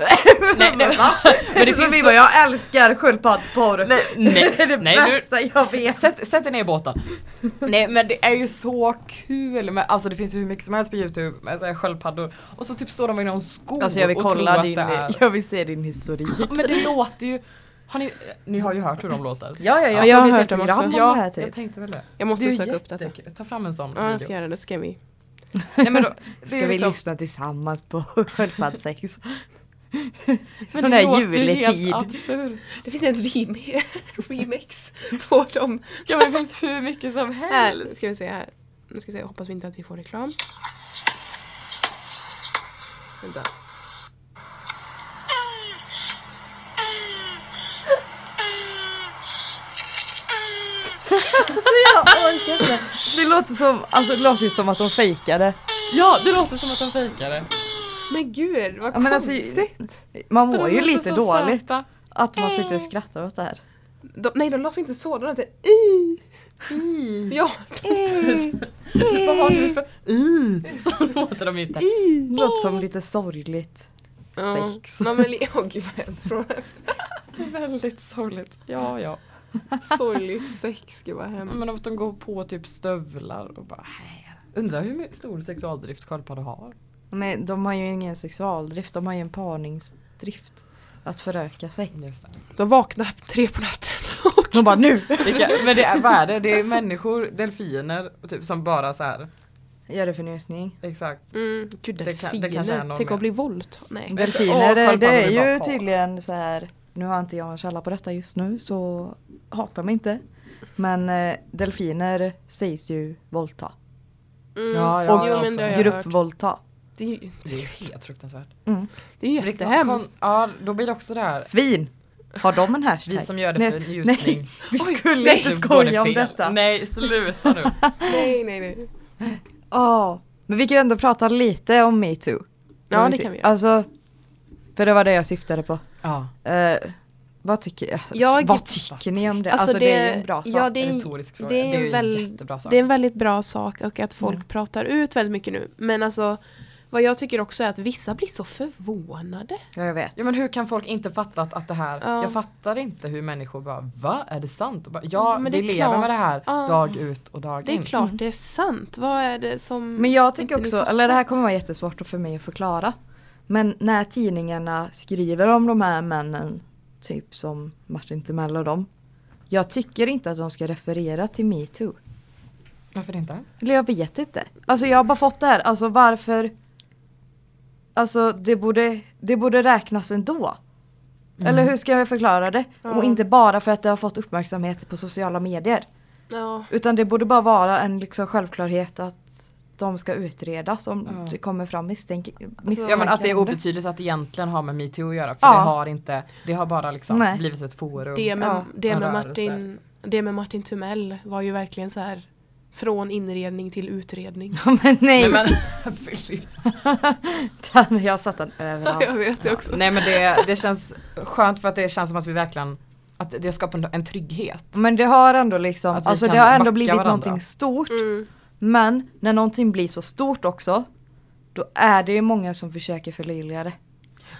Speaker 1: nej, nej,
Speaker 2: Va?
Speaker 1: men det
Speaker 2: Så vi
Speaker 1: finns så,
Speaker 2: bara, jag älskar sköldpaddsporr.
Speaker 1: Nej, nej,
Speaker 2: det är det
Speaker 1: nej, du-
Speaker 2: bästa jag vet.
Speaker 1: Sätt, sätt er ner i båten. Nej men det är ju så kul med, alltså det finns ju hur mycket som helst på youtube med så här sköldpaddor och så typ står de vid någon skog
Speaker 2: Alltså jag vill
Speaker 1: och tror
Speaker 2: kolla
Speaker 1: att
Speaker 2: din,
Speaker 1: det är...
Speaker 2: jag vill se din historik.
Speaker 1: Men det låter ju, har ni, ni har ju hört hur de låter.
Speaker 2: Ja, ja,
Speaker 3: Ja,
Speaker 2: jag
Speaker 3: jag har
Speaker 2: såg ett
Speaker 3: hört dem
Speaker 2: program
Speaker 3: också.
Speaker 2: om det här
Speaker 1: Ja,
Speaker 2: typ.
Speaker 1: jag tänkte väl det.
Speaker 3: Jag måste
Speaker 2: Det är
Speaker 3: söka upp detta
Speaker 1: jättekul. Ta fram en sån
Speaker 3: Ja jag ska
Speaker 1: video.
Speaker 3: göra det, ska vi
Speaker 1: Nej, men då, det
Speaker 2: Ska
Speaker 1: är ju
Speaker 2: vi
Speaker 1: liksom,
Speaker 2: lyssna tillsammans på sköldpaddsex?
Speaker 1: men
Speaker 2: den
Speaker 1: det
Speaker 2: här
Speaker 1: låter ju
Speaker 2: juletid.
Speaker 1: helt absurt.
Speaker 3: Det finns en rem- remix på dem.
Speaker 1: Ja men det finns hur mycket som
Speaker 3: Här
Speaker 1: helst.
Speaker 3: ska vi se här. Nu ska vi se, jag hoppas vi inte att vi får reklam. Vänta.
Speaker 2: Det låter som, alltså det låter ju som att de fejkade.
Speaker 1: Ja det låter som att de fejkade.
Speaker 3: Men gud vad
Speaker 2: Ja,
Speaker 3: men
Speaker 2: men alltså, man mår ju lite dåligt
Speaker 1: Söta.
Speaker 2: att man sitter och skrattar åt det här.
Speaker 3: de, Nej de låter inte så, de låter i. Ja,
Speaker 2: Eh.
Speaker 1: Vad har du för i? Så låter de inte.
Speaker 2: Det låter som lite sorgligt.
Speaker 3: ja.
Speaker 2: Sex.
Speaker 3: Nej men le- åh gud vad hemskt. Från-
Speaker 1: Väldigt sorgligt. Ja ja.
Speaker 3: Sorgligt sex, gud vad hemskt.
Speaker 1: Men att de går på typ stövlar och bara här. Undrar hur my- stor sexualdrift sköldpaddor har.
Speaker 2: Men de har ju ingen sexualdrift, de har ju en parningsdrift. Att föröka sig.
Speaker 1: Just det.
Speaker 3: Mm. De vaknar tre på natten och
Speaker 2: De bara nu!
Speaker 1: Vilka, men det är, vad är det? Det är människor, delfiner och typ som bara så här.
Speaker 2: Gör det för njutning.
Speaker 1: Exakt.
Speaker 3: Mm, gud
Speaker 1: Det kan- det
Speaker 3: delfiner,
Speaker 1: kanske är någon
Speaker 3: tänk
Speaker 1: mer.
Speaker 3: att bli våldtagen. Nej.
Speaker 2: Delfiner, det,
Speaker 1: sköldpaddor
Speaker 2: det
Speaker 1: vill
Speaker 2: är
Speaker 1: bara
Speaker 2: ju
Speaker 1: paras.
Speaker 2: tydligen så här. Nu har inte jag en källa på detta just nu så hata mig inte. Men eh, delfiner sägs ju våldta.
Speaker 3: Mm.
Speaker 1: Ja, ja,
Speaker 2: Och
Speaker 3: jo,
Speaker 1: jag
Speaker 3: men
Speaker 1: också.
Speaker 3: det har jag hört.
Speaker 2: Gruppvåldta.
Speaker 3: Det är ju,
Speaker 1: Det är ju helt fruktansvärt.
Speaker 3: det är ju jättehemskt.
Speaker 1: Ja då blir det också det här.
Speaker 2: Svin! Har de en hashtag?
Speaker 1: Vi som gör det för
Speaker 2: Nej,
Speaker 1: njutning.
Speaker 2: Nej, vi
Speaker 3: Oj,
Speaker 2: skulle
Speaker 3: nej,
Speaker 2: inte
Speaker 1: Det går det
Speaker 2: skoja om
Speaker 1: fel.
Speaker 2: detta.
Speaker 1: Nej sluta nu.
Speaker 3: Nej, nej, nej.
Speaker 2: Ja, Men vi kan ju ändå prata lite om metoo.
Speaker 3: Ja, det kan vi göra.
Speaker 2: Alltså, För det var det jag syftade på.
Speaker 1: Ja,
Speaker 2: Eh, vad tycker,
Speaker 3: Jag-
Speaker 2: vad tycker ni om det? Alltså, det, är ju en bra sak.
Speaker 3: Ja, det är, en-
Speaker 1: retorisk fråga.
Speaker 3: det är en
Speaker 1: ju en
Speaker 3: väl-
Speaker 1: jättebra sak.
Speaker 3: det är en väldigt bra sak och att folk
Speaker 2: Mm.
Speaker 3: pratar ut väldigt mycket nu. Men alltså, vad jag tycker också är att vissa blir så förvånade.
Speaker 2: Ja, jag vet.
Speaker 1: Ja men hur kan folk inte fatta att, att det här,
Speaker 3: Ja.
Speaker 1: jag fattar inte hur människor bara va, är det sant? Och bara, ja
Speaker 3: men det
Speaker 1: vi
Speaker 3: är
Speaker 1: lever
Speaker 3: klart.
Speaker 1: med det här
Speaker 3: Ja.
Speaker 1: dag ut och dag
Speaker 3: Det
Speaker 1: in. Mm.
Speaker 3: är klart det är sant. Vad är det som...
Speaker 2: Mm. Men jag tycker
Speaker 3: Mm, inte ni
Speaker 2: också,
Speaker 3: fattar?
Speaker 2: eller det här kommer vara jättesvårt för mig att förklara. Men när tidningarna skriver om de här männen, typ som Martin Timell och dem. Jag tycker inte att de ska referera till metoo.
Speaker 1: Varför inte?
Speaker 2: Eller jag vet inte. Alltså jag har bara fått det här, alltså varför? Alltså det borde, det borde räknas ändå.
Speaker 1: Mm.
Speaker 2: Eller hur ska jag förklara det?
Speaker 3: Ja.
Speaker 2: Och inte bara för att det har fått uppmärksamhet på sociala medier.
Speaker 3: Ja.
Speaker 2: Utan det borde bara vara en liksom självklarhet att de ska utredas om
Speaker 1: Ja. Alltså,
Speaker 2: det kommer fram misstänk misstanke.
Speaker 1: Mm. Ja men att det är
Speaker 2: om
Speaker 1: obetydligt att det egentligen har med metoo att göra för
Speaker 2: Ja.
Speaker 1: det har inte, det har bara liksom
Speaker 2: Nej.
Speaker 1: blivit ett forum.
Speaker 3: Det med,
Speaker 2: Ja,
Speaker 3: det
Speaker 1: en
Speaker 3: med
Speaker 1: rörelse.
Speaker 3: Martin, det med Martin Tumell var ju verkligen så här från inredning till utredning.
Speaker 2: Ja, men
Speaker 1: Nej
Speaker 2: nej,
Speaker 1: men, Filip.
Speaker 2: Där- jag har satt den överallt.
Speaker 3: vet det också.
Speaker 1: Nej men det, det känns skönt för att det känns som att vi verkligen, att det skapar en- en trygghet.
Speaker 2: Men det har ändå liksom,
Speaker 1: Att vi
Speaker 2: alltså
Speaker 1: kan
Speaker 2: det har
Speaker 1: backa
Speaker 2: ändå blivit
Speaker 1: varandra.
Speaker 2: någonting stort.
Speaker 3: Mm.
Speaker 2: Men när någonting blir så stort också, då är det ju många som försöker förlöjliga det.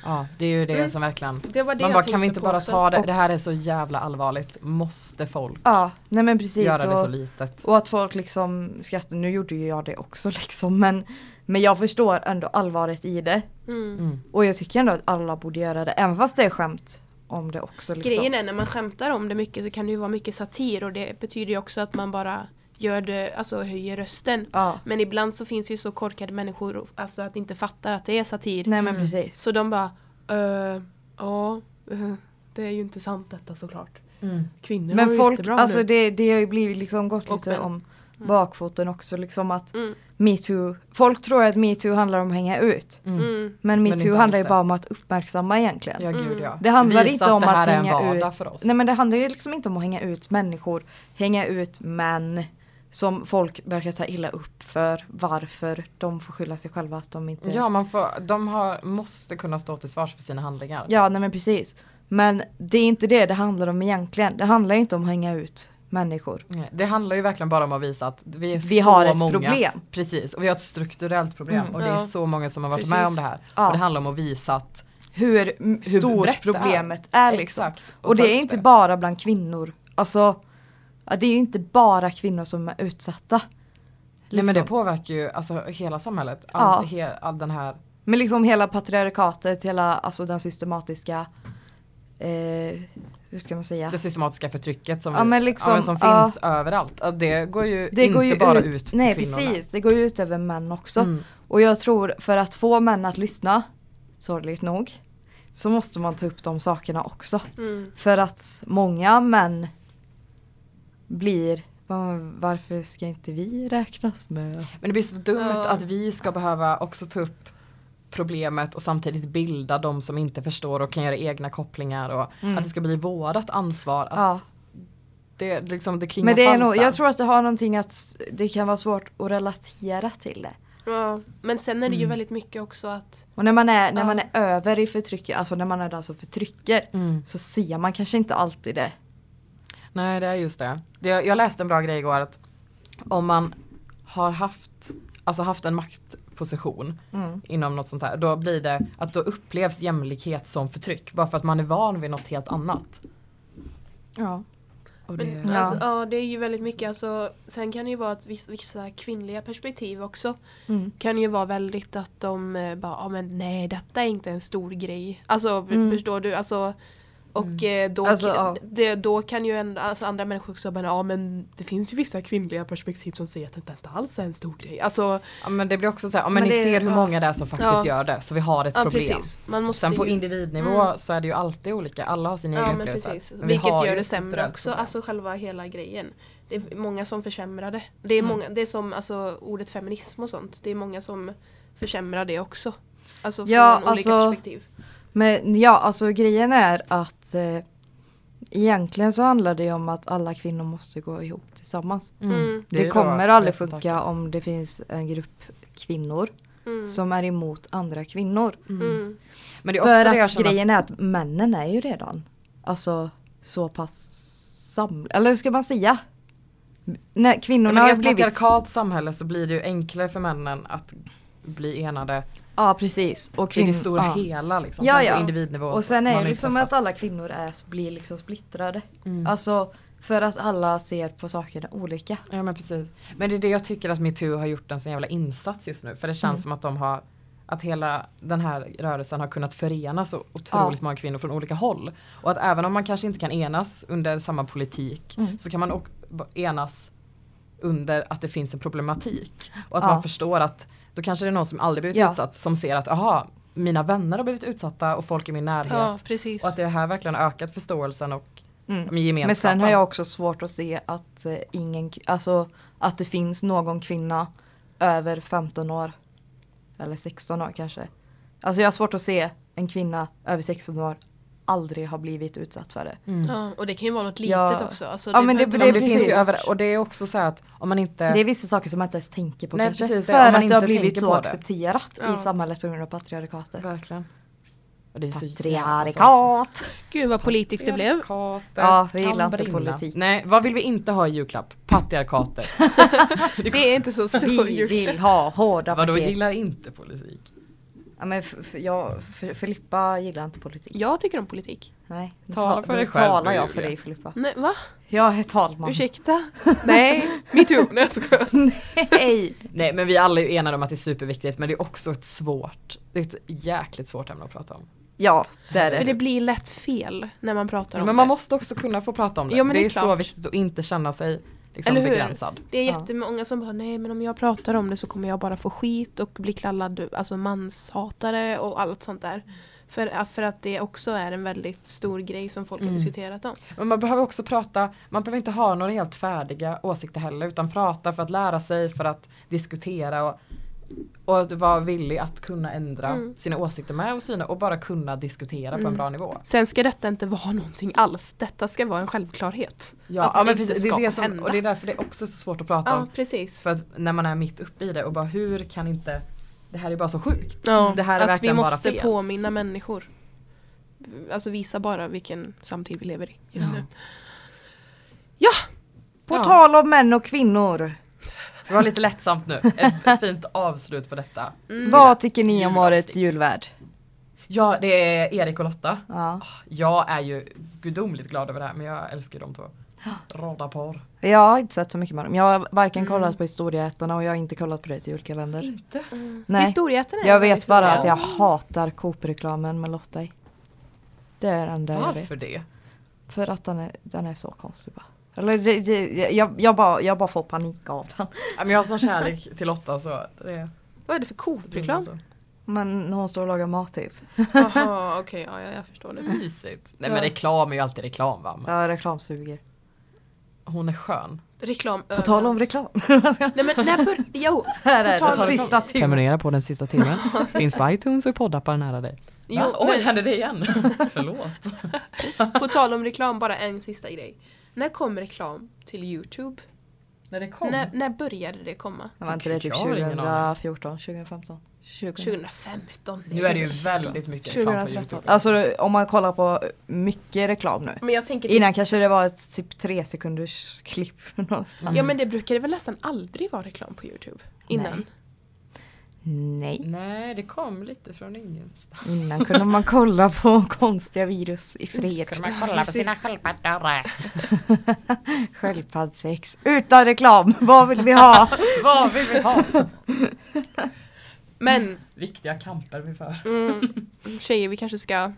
Speaker 1: Ja det är ju det
Speaker 3: Mm.
Speaker 1: som verkligen,
Speaker 3: Det var det
Speaker 1: man
Speaker 3: jag
Speaker 1: bara
Speaker 3: tänkte
Speaker 1: kan vi inte
Speaker 3: på
Speaker 1: bara
Speaker 3: också.
Speaker 1: ta det,
Speaker 2: Och-
Speaker 1: det här är så jävla allvarligt, måste folk
Speaker 2: Ja, nej men precis.
Speaker 1: göra det
Speaker 2: och-
Speaker 1: så litet?
Speaker 2: Och att folk liksom skrattar, nu gjorde ju jag det också liksom men Men jag förstår ändå allvaret i det
Speaker 3: Mm.
Speaker 1: Mm.
Speaker 2: Och jag tycker ändå att alla borde göra det även fast det är skämt om det också liksom.
Speaker 3: Grejen är när man skämtar om det mycket så kan det ju vara mycket satir och det betyder ju också att man bara gör det, alltså höjer rösten.
Speaker 2: Ja,
Speaker 3: Men ibland så finns ju så korkade människor och- alltså att inte fattar att det är satir.
Speaker 2: nej men
Speaker 1: Mm.
Speaker 2: precis.
Speaker 3: Så de bara "Eh, ja, eh, det är ju inte sant detta såklart.
Speaker 1: Mm.
Speaker 3: Kvinnor har
Speaker 2: Men
Speaker 3: ju
Speaker 2: folk,
Speaker 3: jättebra
Speaker 2: alltså
Speaker 3: nu.
Speaker 2: det, det har ju blivit liksom gått
Speaker 3: Och
Speaker 2: lite
Speaker 3: män.
Speaker 2: om bakfoten också liksom att
Speaker 3: Mm.
Speaker 2: metoo Folk tror att metoo handlar om att hänga ut
Speaker 1: Mm.
Speaker 3: Mm.
Speaker 2: Men
Speaker 1: Men inte
Speaker 2: metoo
Speaker 1: alls
Speaker 2: handlar ju
Speaker 1: det.
Speaker 2: bara om att uppmärksamma egentligen
Speaker 1: Ja gud
Speaker 3: Mm.
Speaker 1: ja.
Speaker 2: Det handlar
Speaker 1: Visa
Speaker 2: inte om
Speaker 1: det här
Speaker 2: att
Speaker 1: är en
Speaker 2: hänga
Speaker 1: vardag
Speaker 2: ut.
Speaker 1: för oss.
Speaker 2: Nej men det handlar ju liksom inte om att hänga ut människor, hänga ut män som folk verkar ta illa upp för, varför de får skylla sig själva att de inte...
Speaker 1: Ja man får, de har, måste kunna stå till svars för sina handlingar.
Speaker 2: ja nej men precis. Men det är inte det det handlar om egentligen. Det handlar inte om att hänga ut människor.
Speaker 1: Nej, Det handlar ju verkligen bara om att visa att vi är
Speaker 2: Vi
Speaker 1: så
Speaker 2: har ett
Speaker 1: många.
Speaker 2: problem.
Speaker 1: Precis, och vi har ett strukturellt problem
Speaker 2: Mm.
Speaker 1: och det är
Speaker 3: Ja.
Speaker 1: så många som har varit
Speaker 3: Precis.
Speaker 1: med om det här.
Speaker 2: Ja.
Speaker 1: Och det handlar om att visa att
Speaker 2: Hur, m-
Speaker 1: Hur brett
Speaker 2: stort
Speaker 1: det är.
Speaker 2: problemet är, liksom.
Speaker 1: exakt. Typ,
Speaker 2: Och,
Speaker 1: ta
Speaker 2: det är
Speaker 1: upp
Speaker 2: inte bara bland kvinnor. Alltså, ja, det är ju inte bara kvinnor som är utsatta.
Speaker 1: Nej men det
Speaker 2: liksom.
Speaker 1: påverkar ju alltså, hela samhället. All, he, all den här
Speaker 2: Men liksom hela patriarkatet, hela alltså den systematiska eh, Hur ska man säga?
Speaker 1: det systematiska förtrycket som,
Speaker 2: Ja,
Speaker 1: vi,
Speaker 2: men liksom,
Speaker 1: ja, men som
Speaker 2: ja.
Speaker 1: finns överallt. Att Det går ju inte bara ut, på
Speaker 2: Nej
Speaker 1: kvinnorna.
Speaker 2: precis, det går ju ut över män också.
Speaker 1: Mm.
Speaker 2: Och jag tror för att få män att lyssna, sorgligt nog, så måste man ta upp de sakerna också.
Speaker 3: Mm.
Speaker 2: För att många män blir "Va- varför ska inte vi räknas med?
Speaker 1: Men det blir så dumt
Speaker 3: Ja.
Speaker 1: att vi ska behöva också ta upp problemet och samtidigt bilda de som inte förstår och kan göra egna kopplingar och
Speaker 2: Mm.
Speaker 1: att det ska bli vårat ansvar. Att
Speaker 2: Ja.
Speaker 1: det, liksom, det klingar
Speaker 2: Men det är
Speaker 1: falskt
Speaker 2: nog,
Speaker 1: där.
Speaker 2: jag tror att det har någonting att det kan vara svårt att relatera till det.
Speaker 3: Ja. Men sen är det
Speaker 2: Mm.
Speaker 3: ju väldigt mycket också att
Speaker 2: Och när man är, när
Speaker 3: Ja.
Speaker 2: man är över i förtrycket, alltså när man är den som förtrycker
Speaker 1: Mm.
Speaker 2: så ser man kanske inte alltid det.
Speaker 1: Nej det är just det. det. Jag läste en bra grej igår att om man har haft, alltså haft en maktposition
Speaker 2: Mm.
Speaker 1: inom något sånt här då blir det att då upplevs jämlikhet som förtryck bara för att man är van vid något helt annat.
Speaker 2: Ja.
Speaker 1: Och det,
Speaker 3: Men,
Speaker 2: Ja.
Speaker 3: Alltså, ja, det är ju väldigt mycket. Alltså, sen kan det ju vara att vissa, vissa kvinnliga perspektiv också
Speaker 2: Mm.
Speaker 3: kan ju vara väldigt att de eh, bara, ja men nej detta är inte en stor grej. Alltså b-
Speaker 2: Mm.
Speaker 3: förstår du? Alltså, och
Speaker 1: Mm.
Speaker 3: eh, då,
Speaker 2: Alltså, ja.
Speaker 3: det, då kan ju en, alltså, andra människor också bara, ja men det finns ju vissa kvinnliga perspektiv som säger att det inte alls är en stor grej. Alltså,
Speaker 1: ja, men det blir också så här, ja, men,
Speaker 2: Men
Speaker 1: ni
Speaker 2: det-
Speaker 1: ser hur
Speaker 2: ja.
Speaker 1: många det är som faktiskt
Speaker 3: Ja.
Speaker 1: gör det så vi har ett
Speaker 3: ja
Speaker 1: problem.
Speaker 3: precis. Man måste
Speaker 1: Sen på
Speaker 3: ju- Mm.
Speaker 1: individnivå så är det ju alltid olika, alla har sina egna
Speaker 3: Ja men
Speaker 1: upplevelser.
Speaker 3: precis.
Speaker 1: vi
Speaker 3: Vilket
Speaker 1: har
Speaker 3: gör
Speaker 1: ju
Speaker 3: det
Speaker 1: ett
Speaker 3: sämre
Speaker 1: strukturellt
Speaker 3: också,
Speaker 1: problem.
Speaker 3: alltså själva hela grejen. Det är många som försämrar det. Det är,
Speaker 1: Mm.
Speaker 3: många, det är som alltså, ordet feminism och sånt, det är många som försämrar det också. Alltså från
Speaker 2: Ja,
Speaker 3: olika
Speaker 2: alltså-
Speaker 3: perspektiv.
Speaker 2: Men ja, alltså grejen är att eh, egentligen så handlar det ju om att alla kvinnor måste gå ihop tillsammans.
Speaker 1: Mm.
Speaker 3: Mm.
Speaker 2: Det,
Speaker 1: är ju då
Speaker 2: kommer aldrig
Speaker 1: det som
Speaker 2: funka om det finns en grupp kvinnor
Speaker 3: Mm.
Speaker 2: som är emot andra kvinnor.
Speaker 3: Mm.
Speaker 1: Men det är också
Speaker 2: För
Speaker 1: det jag
Speaker 2: att
Speaker 1: känner att-
Speaker 2: grejen är att männen är ju redan alltså så pass sam... Eller hur ska man säga? När
Speaker 1: Men
Speaker 2: kvinnorna
Speaker 1: I
Speaker 2: har
Speaker 1: ett
Speaker 2: blivit...
Speaker 1: patriarkalt samhälle så blir det ju enklare för männen att bli enade
Speaker 2: Ja precis. Och
Speaker 1: i
Speaker 2: kvinn-
Speaker 1: det stora
Speaker 2: ja.
Speaker 1: hela liksom.
Speaker 2: Ja,
Speaker 1: Sen
Speaker 2: ja.
Speaker 1: På individnivå.
Speaker 2: Och
Speaker 1: så
Speaker 2: sen är
Speaker 1: man
Speaker 2: det
Speaker 1: har
Speaker 2: liksom
Speaker 1: träffat-
Speaker 2: att alla kvinnor är, blir liksom splittrade.
Speaker 1: Mm.
Speaker 2: Alltså för att alla ser på sakerna olika.
Speaker 1: Ja men precis. Men det är det jag tycker att metoo har gjort en sån jävla insats just nu. För det känns
Speaker 2: Mm.
Speaker 1: som att de har att hela den här rörelsen har kunnat förena så otroligt många kvinnor från olika håll. Och att även om man kanske inte kan enas under samma politik
Speaker 2: Mm.
Speaker 1: så kan man ok- b- enas under att det finns en problematik. Och att
Speaker 2: Ja.
Speaker 1: man förstår att då kanske det är någon som aldrig blivit
Speaker 2: Ja.
Speaker 1: utsatt som ser att aha, mina vänner har blivit utsatta och folk i min närhet.
Speaker 3: Ja, precis.
Speaker 1: Och att det här verkligen har ökat förståelsen och
Speaker 2: Mm.
Speaker 1: men, gemenskapen.
Speaker 2: Men sen har jag också svårt att se att, eh, ingen, k- alltså, att det finns någon kvinna över 15 år. Eller 16 år kanske. Alltså jag har svårt att se en kvinna över 16 år aldrig har blivit utsatt för det.
Speaker 1: Mm.
Speaker 3: Ja, och det kan ju vara något litet
Speaker 2: Ja.
Speaker 3: också. Alltså,
Speaker 2: Ja, men det-
Speaker 1: Ja,
Speaker 3: behöver
Speaker 1: men det
Speaker 3: inte vara
Speaker 1: finns ju
Speaker 2: precis.
Speaker 1: över, och det är också så här att om man inte
Speaker 2: Det är vissa saker som man inte ens tänker på
Speaker 1: Eh. Nej,
Speaker 2: kanske.
Speaker 1: precis, det- om
Speaker 2: för
Speaker 1: man
Speaker 2: att det har
Speaker 1: inte
Speaker 2: blivit
Speaker 1: tänker
Speaker 2: så
Speaker 1: på det.
Speaker 2: accepterat
Speaker 3: Ja.
Speaker 2: i samhället på grund av patriarkatet.
Speaker 1: Verkligen. Och det är så jävla sant.
Speaker 2: Patriarkat!
Speaker 3: Gud vad politiskt det blev.
Speaker 1: Patriarkatet
Speaker 2: Ja, vi
Speaker 1: kan
Speaker 2: gillar inte
Speaker 1: brinna.
Speaker 2: politik.
Speaker 1: Nej, vad vill vi inte ha i julklapp? Patriarkatet.
Speaker 3: Det är inte så stor
Speaker 2: Vi
Speaker 3: julklapp.
Speaker 2: vill ha hårda
Speaker 1: Vadå
Speaker 2: paket.
Speaker 1: gillar inte politik?
Speaker 2: Ja, men f- f- jag, f- Filippa gillar inte politik.
Speaker 3: Jag tycker om politik.
Speaker 2: Nej, nu
Speaker 1: Tala
Speaker 2: ta-
Speaker 1: för
Speaker 2: nu
Speaker 1: dig själv,
Speaker 2: talar jag för
Speaker 1: Julia.
Speaker 2: dig Filippa.
Speaker 3: Nej, va?
Speaker 2: Jag är talman.
Speaker 3: Ursäkta? Nej, metoo. Nej jag skojar.
Speaker 2: Nej!
Speaker 1: Nej men vi alla är ju enade om att det är superviktigt men det är också ett svårt, det är ett jäkligt svårt ämne att prata om.
Speaker 2: Ja, det är
Speaker 3: För
Speaker 2: det.
Speaker 3: det blir lätt fel när man pratar om
Speaker 1: Men man
Speaker 3: det.
Speaker 1: måste också kunna få prata om det.
Speaker 3: Ja, men
Speaker 1: det,
Speaker 3: det
Speaker 1: är,
Speaker 3: är
Speaker 1: så
Speaker 3: klart.
Speaker 1: viktigt att inte känna sig liksom,
Speaker 3: Eller hur?
Speaker 1: begränsad.
Speaker 3: Det är
Speaker 2: Ja.
Speaker 3: jättemånga som bara nej men om jag pratar om det så kommer jag bara få skit och bli kallad alltså manshatare och allt sånt där. För, för att det också är en väldigt stor grej som folk
Speaker 1: Mm.
Speaker 3: har diskuterat om.
Speaker 1: Men man behöver också prata, man behöver inte ha några helt färdiga åsikter heller utan prata för att lära sig, för att diskutera och, och att vara villig att kunna ändra
Speaker 3: Mm.
Speaker 1: sina åsikter med och syna och bara kunna diskutera på en
Speaker 3: Mm.
Speaker 1: bra nivå.
Speaker 3: Sen ska detta inte vara någonting alls. Detta ska vara en självklart.
Speaker 1: Ja,
Speaker 3: Att
Speaker 1: ja
Speaker 3: det
Speaker 1: men
Speaker 3: inte
Speaker 1: precis, det är
Speaker 3: ska
Speaker 1: det som,
Speaker 3: hända.
Speaker 1: och det är därför det är också så svårt att prata om.
Speaker 3: precis.
Speaker 1: För att när man är mitt uppe i det och bara hur kan inte, det här är bara så sjukt.
Speaker 3: Ja,
Speaker 1: Det här är
Speaker 3: att vi
Speaker 1: verkligen bara
Speaker 3: måste
Speaker 1: fel.
Speaker 3: påminna människor. Alltså visa bara vilken samtid vi lever i just
Speaker 1: Ja.
Speaker 3: nu.
Speaker 2: På
Speaker 1: Ja.
Speaker 2: tal om män och kvinnor.
Speaker 1: Så var lite lättsamt nu, ett fint avslut på detta.
Speaker 2: Vad tycker ni om
Speaker 1: Julavsnitt.
Speaker 2: årets julvärd?
Speaker 1: Ja det är Erik och Lotta.
Speaker 2: Ja.
Speaker 1: Jag är ju gudomligt glad över det här men jag älskar ju de två. Radarpar.
Speaker 2: Jag har inte sett så mycket med dem. Jag har varken kollat på Historieätarna och jag har inte kollat på deras julkalender.
Speaker 1: Inte?
Speaker 2: Nej.
Speaker 3: Historieätarna är
Speaker 2: Jag
Speaker 3: väldigt
Speaker 2: vet bara
Speaker 3: roliga.
Speaker 2: att jag hatar Coop-reklamen med Lotta i. Det är den där jag vet.
Speaker 1: Varför det?
Speaker 2: För att den är, den är så konstig bara. Eller det, det, jag, jag, bara, jag bara får panik av den.
Speaker 1: Ja, men jag har sån kärlek till Lotta så det
Speaker 3: Vad är det
Speaker 1: alltså.
Speaker 3: för Coop-reklam?
Speaker 2: Men när hon står och lagar mat typ.
Speaker 3: Jaha, okej, ja, jag förstår det.
Speaker 1: Mysigt. Nej men reklam är ju alltid reklam va? Men
Speaker 2: Ja, reklamsuger.
Speaker 1: Hon är skön.
Speaker 3: Reklam eh,
Speaker 2: På tal om reklam.
Speaker 3: Nej men när för... Jo,
Speaker 2: Här är
Speaker 3: På tal
Speaker 2: det
Speaker 3: om-
Speaker 2: sista timmen.
Speaker 1: Prenumerera på den sista timmen. Finns på iTunes och i poddappar nära dig.
Speaker 3: jo
Speaker 1: Oj,
Speaker 3: men,
Speaker 1: hände det igen? Förlåt.
Speaker 3: på tal om reklam, bara en sista grej. När kom reklam till Youtube?
Speaker 1: När det kom?
Speaker 3: När, när började det komma?
Speaker 2: Det var inte det typ
Speaker 1: Jag har ingen
Speaker 2: 2014, 2015? 20.
Speaker 3: 2015?
Speaker 1: Nu är det ju väldigt mycket reklam på
Speaker 2: 2013.
Speaker 1: Youtube.
Speaker 2: Alltså om man kollar på mycket reklam nu.
Speaker 3: Men jag tänker typ,
Speaker 2: Innan kanske det var ett typ tre sekunders klipp någonstans.
Speaker 3: typ- Ja men det brukade väl nästan aldrig vara reklam på Youtube? Innan?
Speaker 2: Nej. Nej,
Speaker 1: Nej det kom lite från ingenstans.
Speaker 2: innan kunde man kolla på konstiga virus i fred.
Speaker 4: Kunde man kolla på sina sköldpaddor?
Speaker 2: Sköldpaddsex. Utan reklam, vad vill vi ha?
Speaker 1: Vad vill vi ha?
Speaker 3: Men
Speaker 1: Viktiga kamper vi för.
Speaker 3: mm, tjejer, vi kanske ska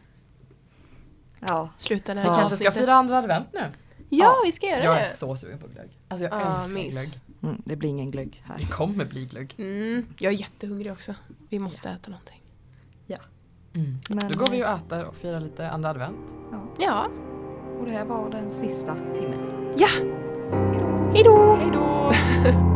Speaker 2: Ja.
Speaker 3: sluta det
Speaker 2: Så
Speaker 3: här
Speaker 1: Vi kanske ska
Speaker 3: avsnittet.
Speaker 1: fira andra advent nu.
Speaker 3: Ja, vi ska göra
Speaker 1: Jag är
Speaker 3: det.
Speaker 1: så sugen på glögg. Alltså jag
Speaker 3: Ah,
Speaker 1: älskar
Speaker 3: mys.
Speaker 1: glögg.
Speaker 2: Mm, det blir ingen glögg här.
Speaker 1: Det kommer bli glögg.
Speaker 3: Mm, jag är jättehungrig också. Vi måste äta någonting. Mm.
Speaker 2: Men, eh,
Speaker 1: Då går vi och äter och firar lite andra advent.
Speaker 3: Ja,
Speaker 2: Och det här var den sista timmen.
Speaker 3: hejdå!
Speaker 1: Hej då!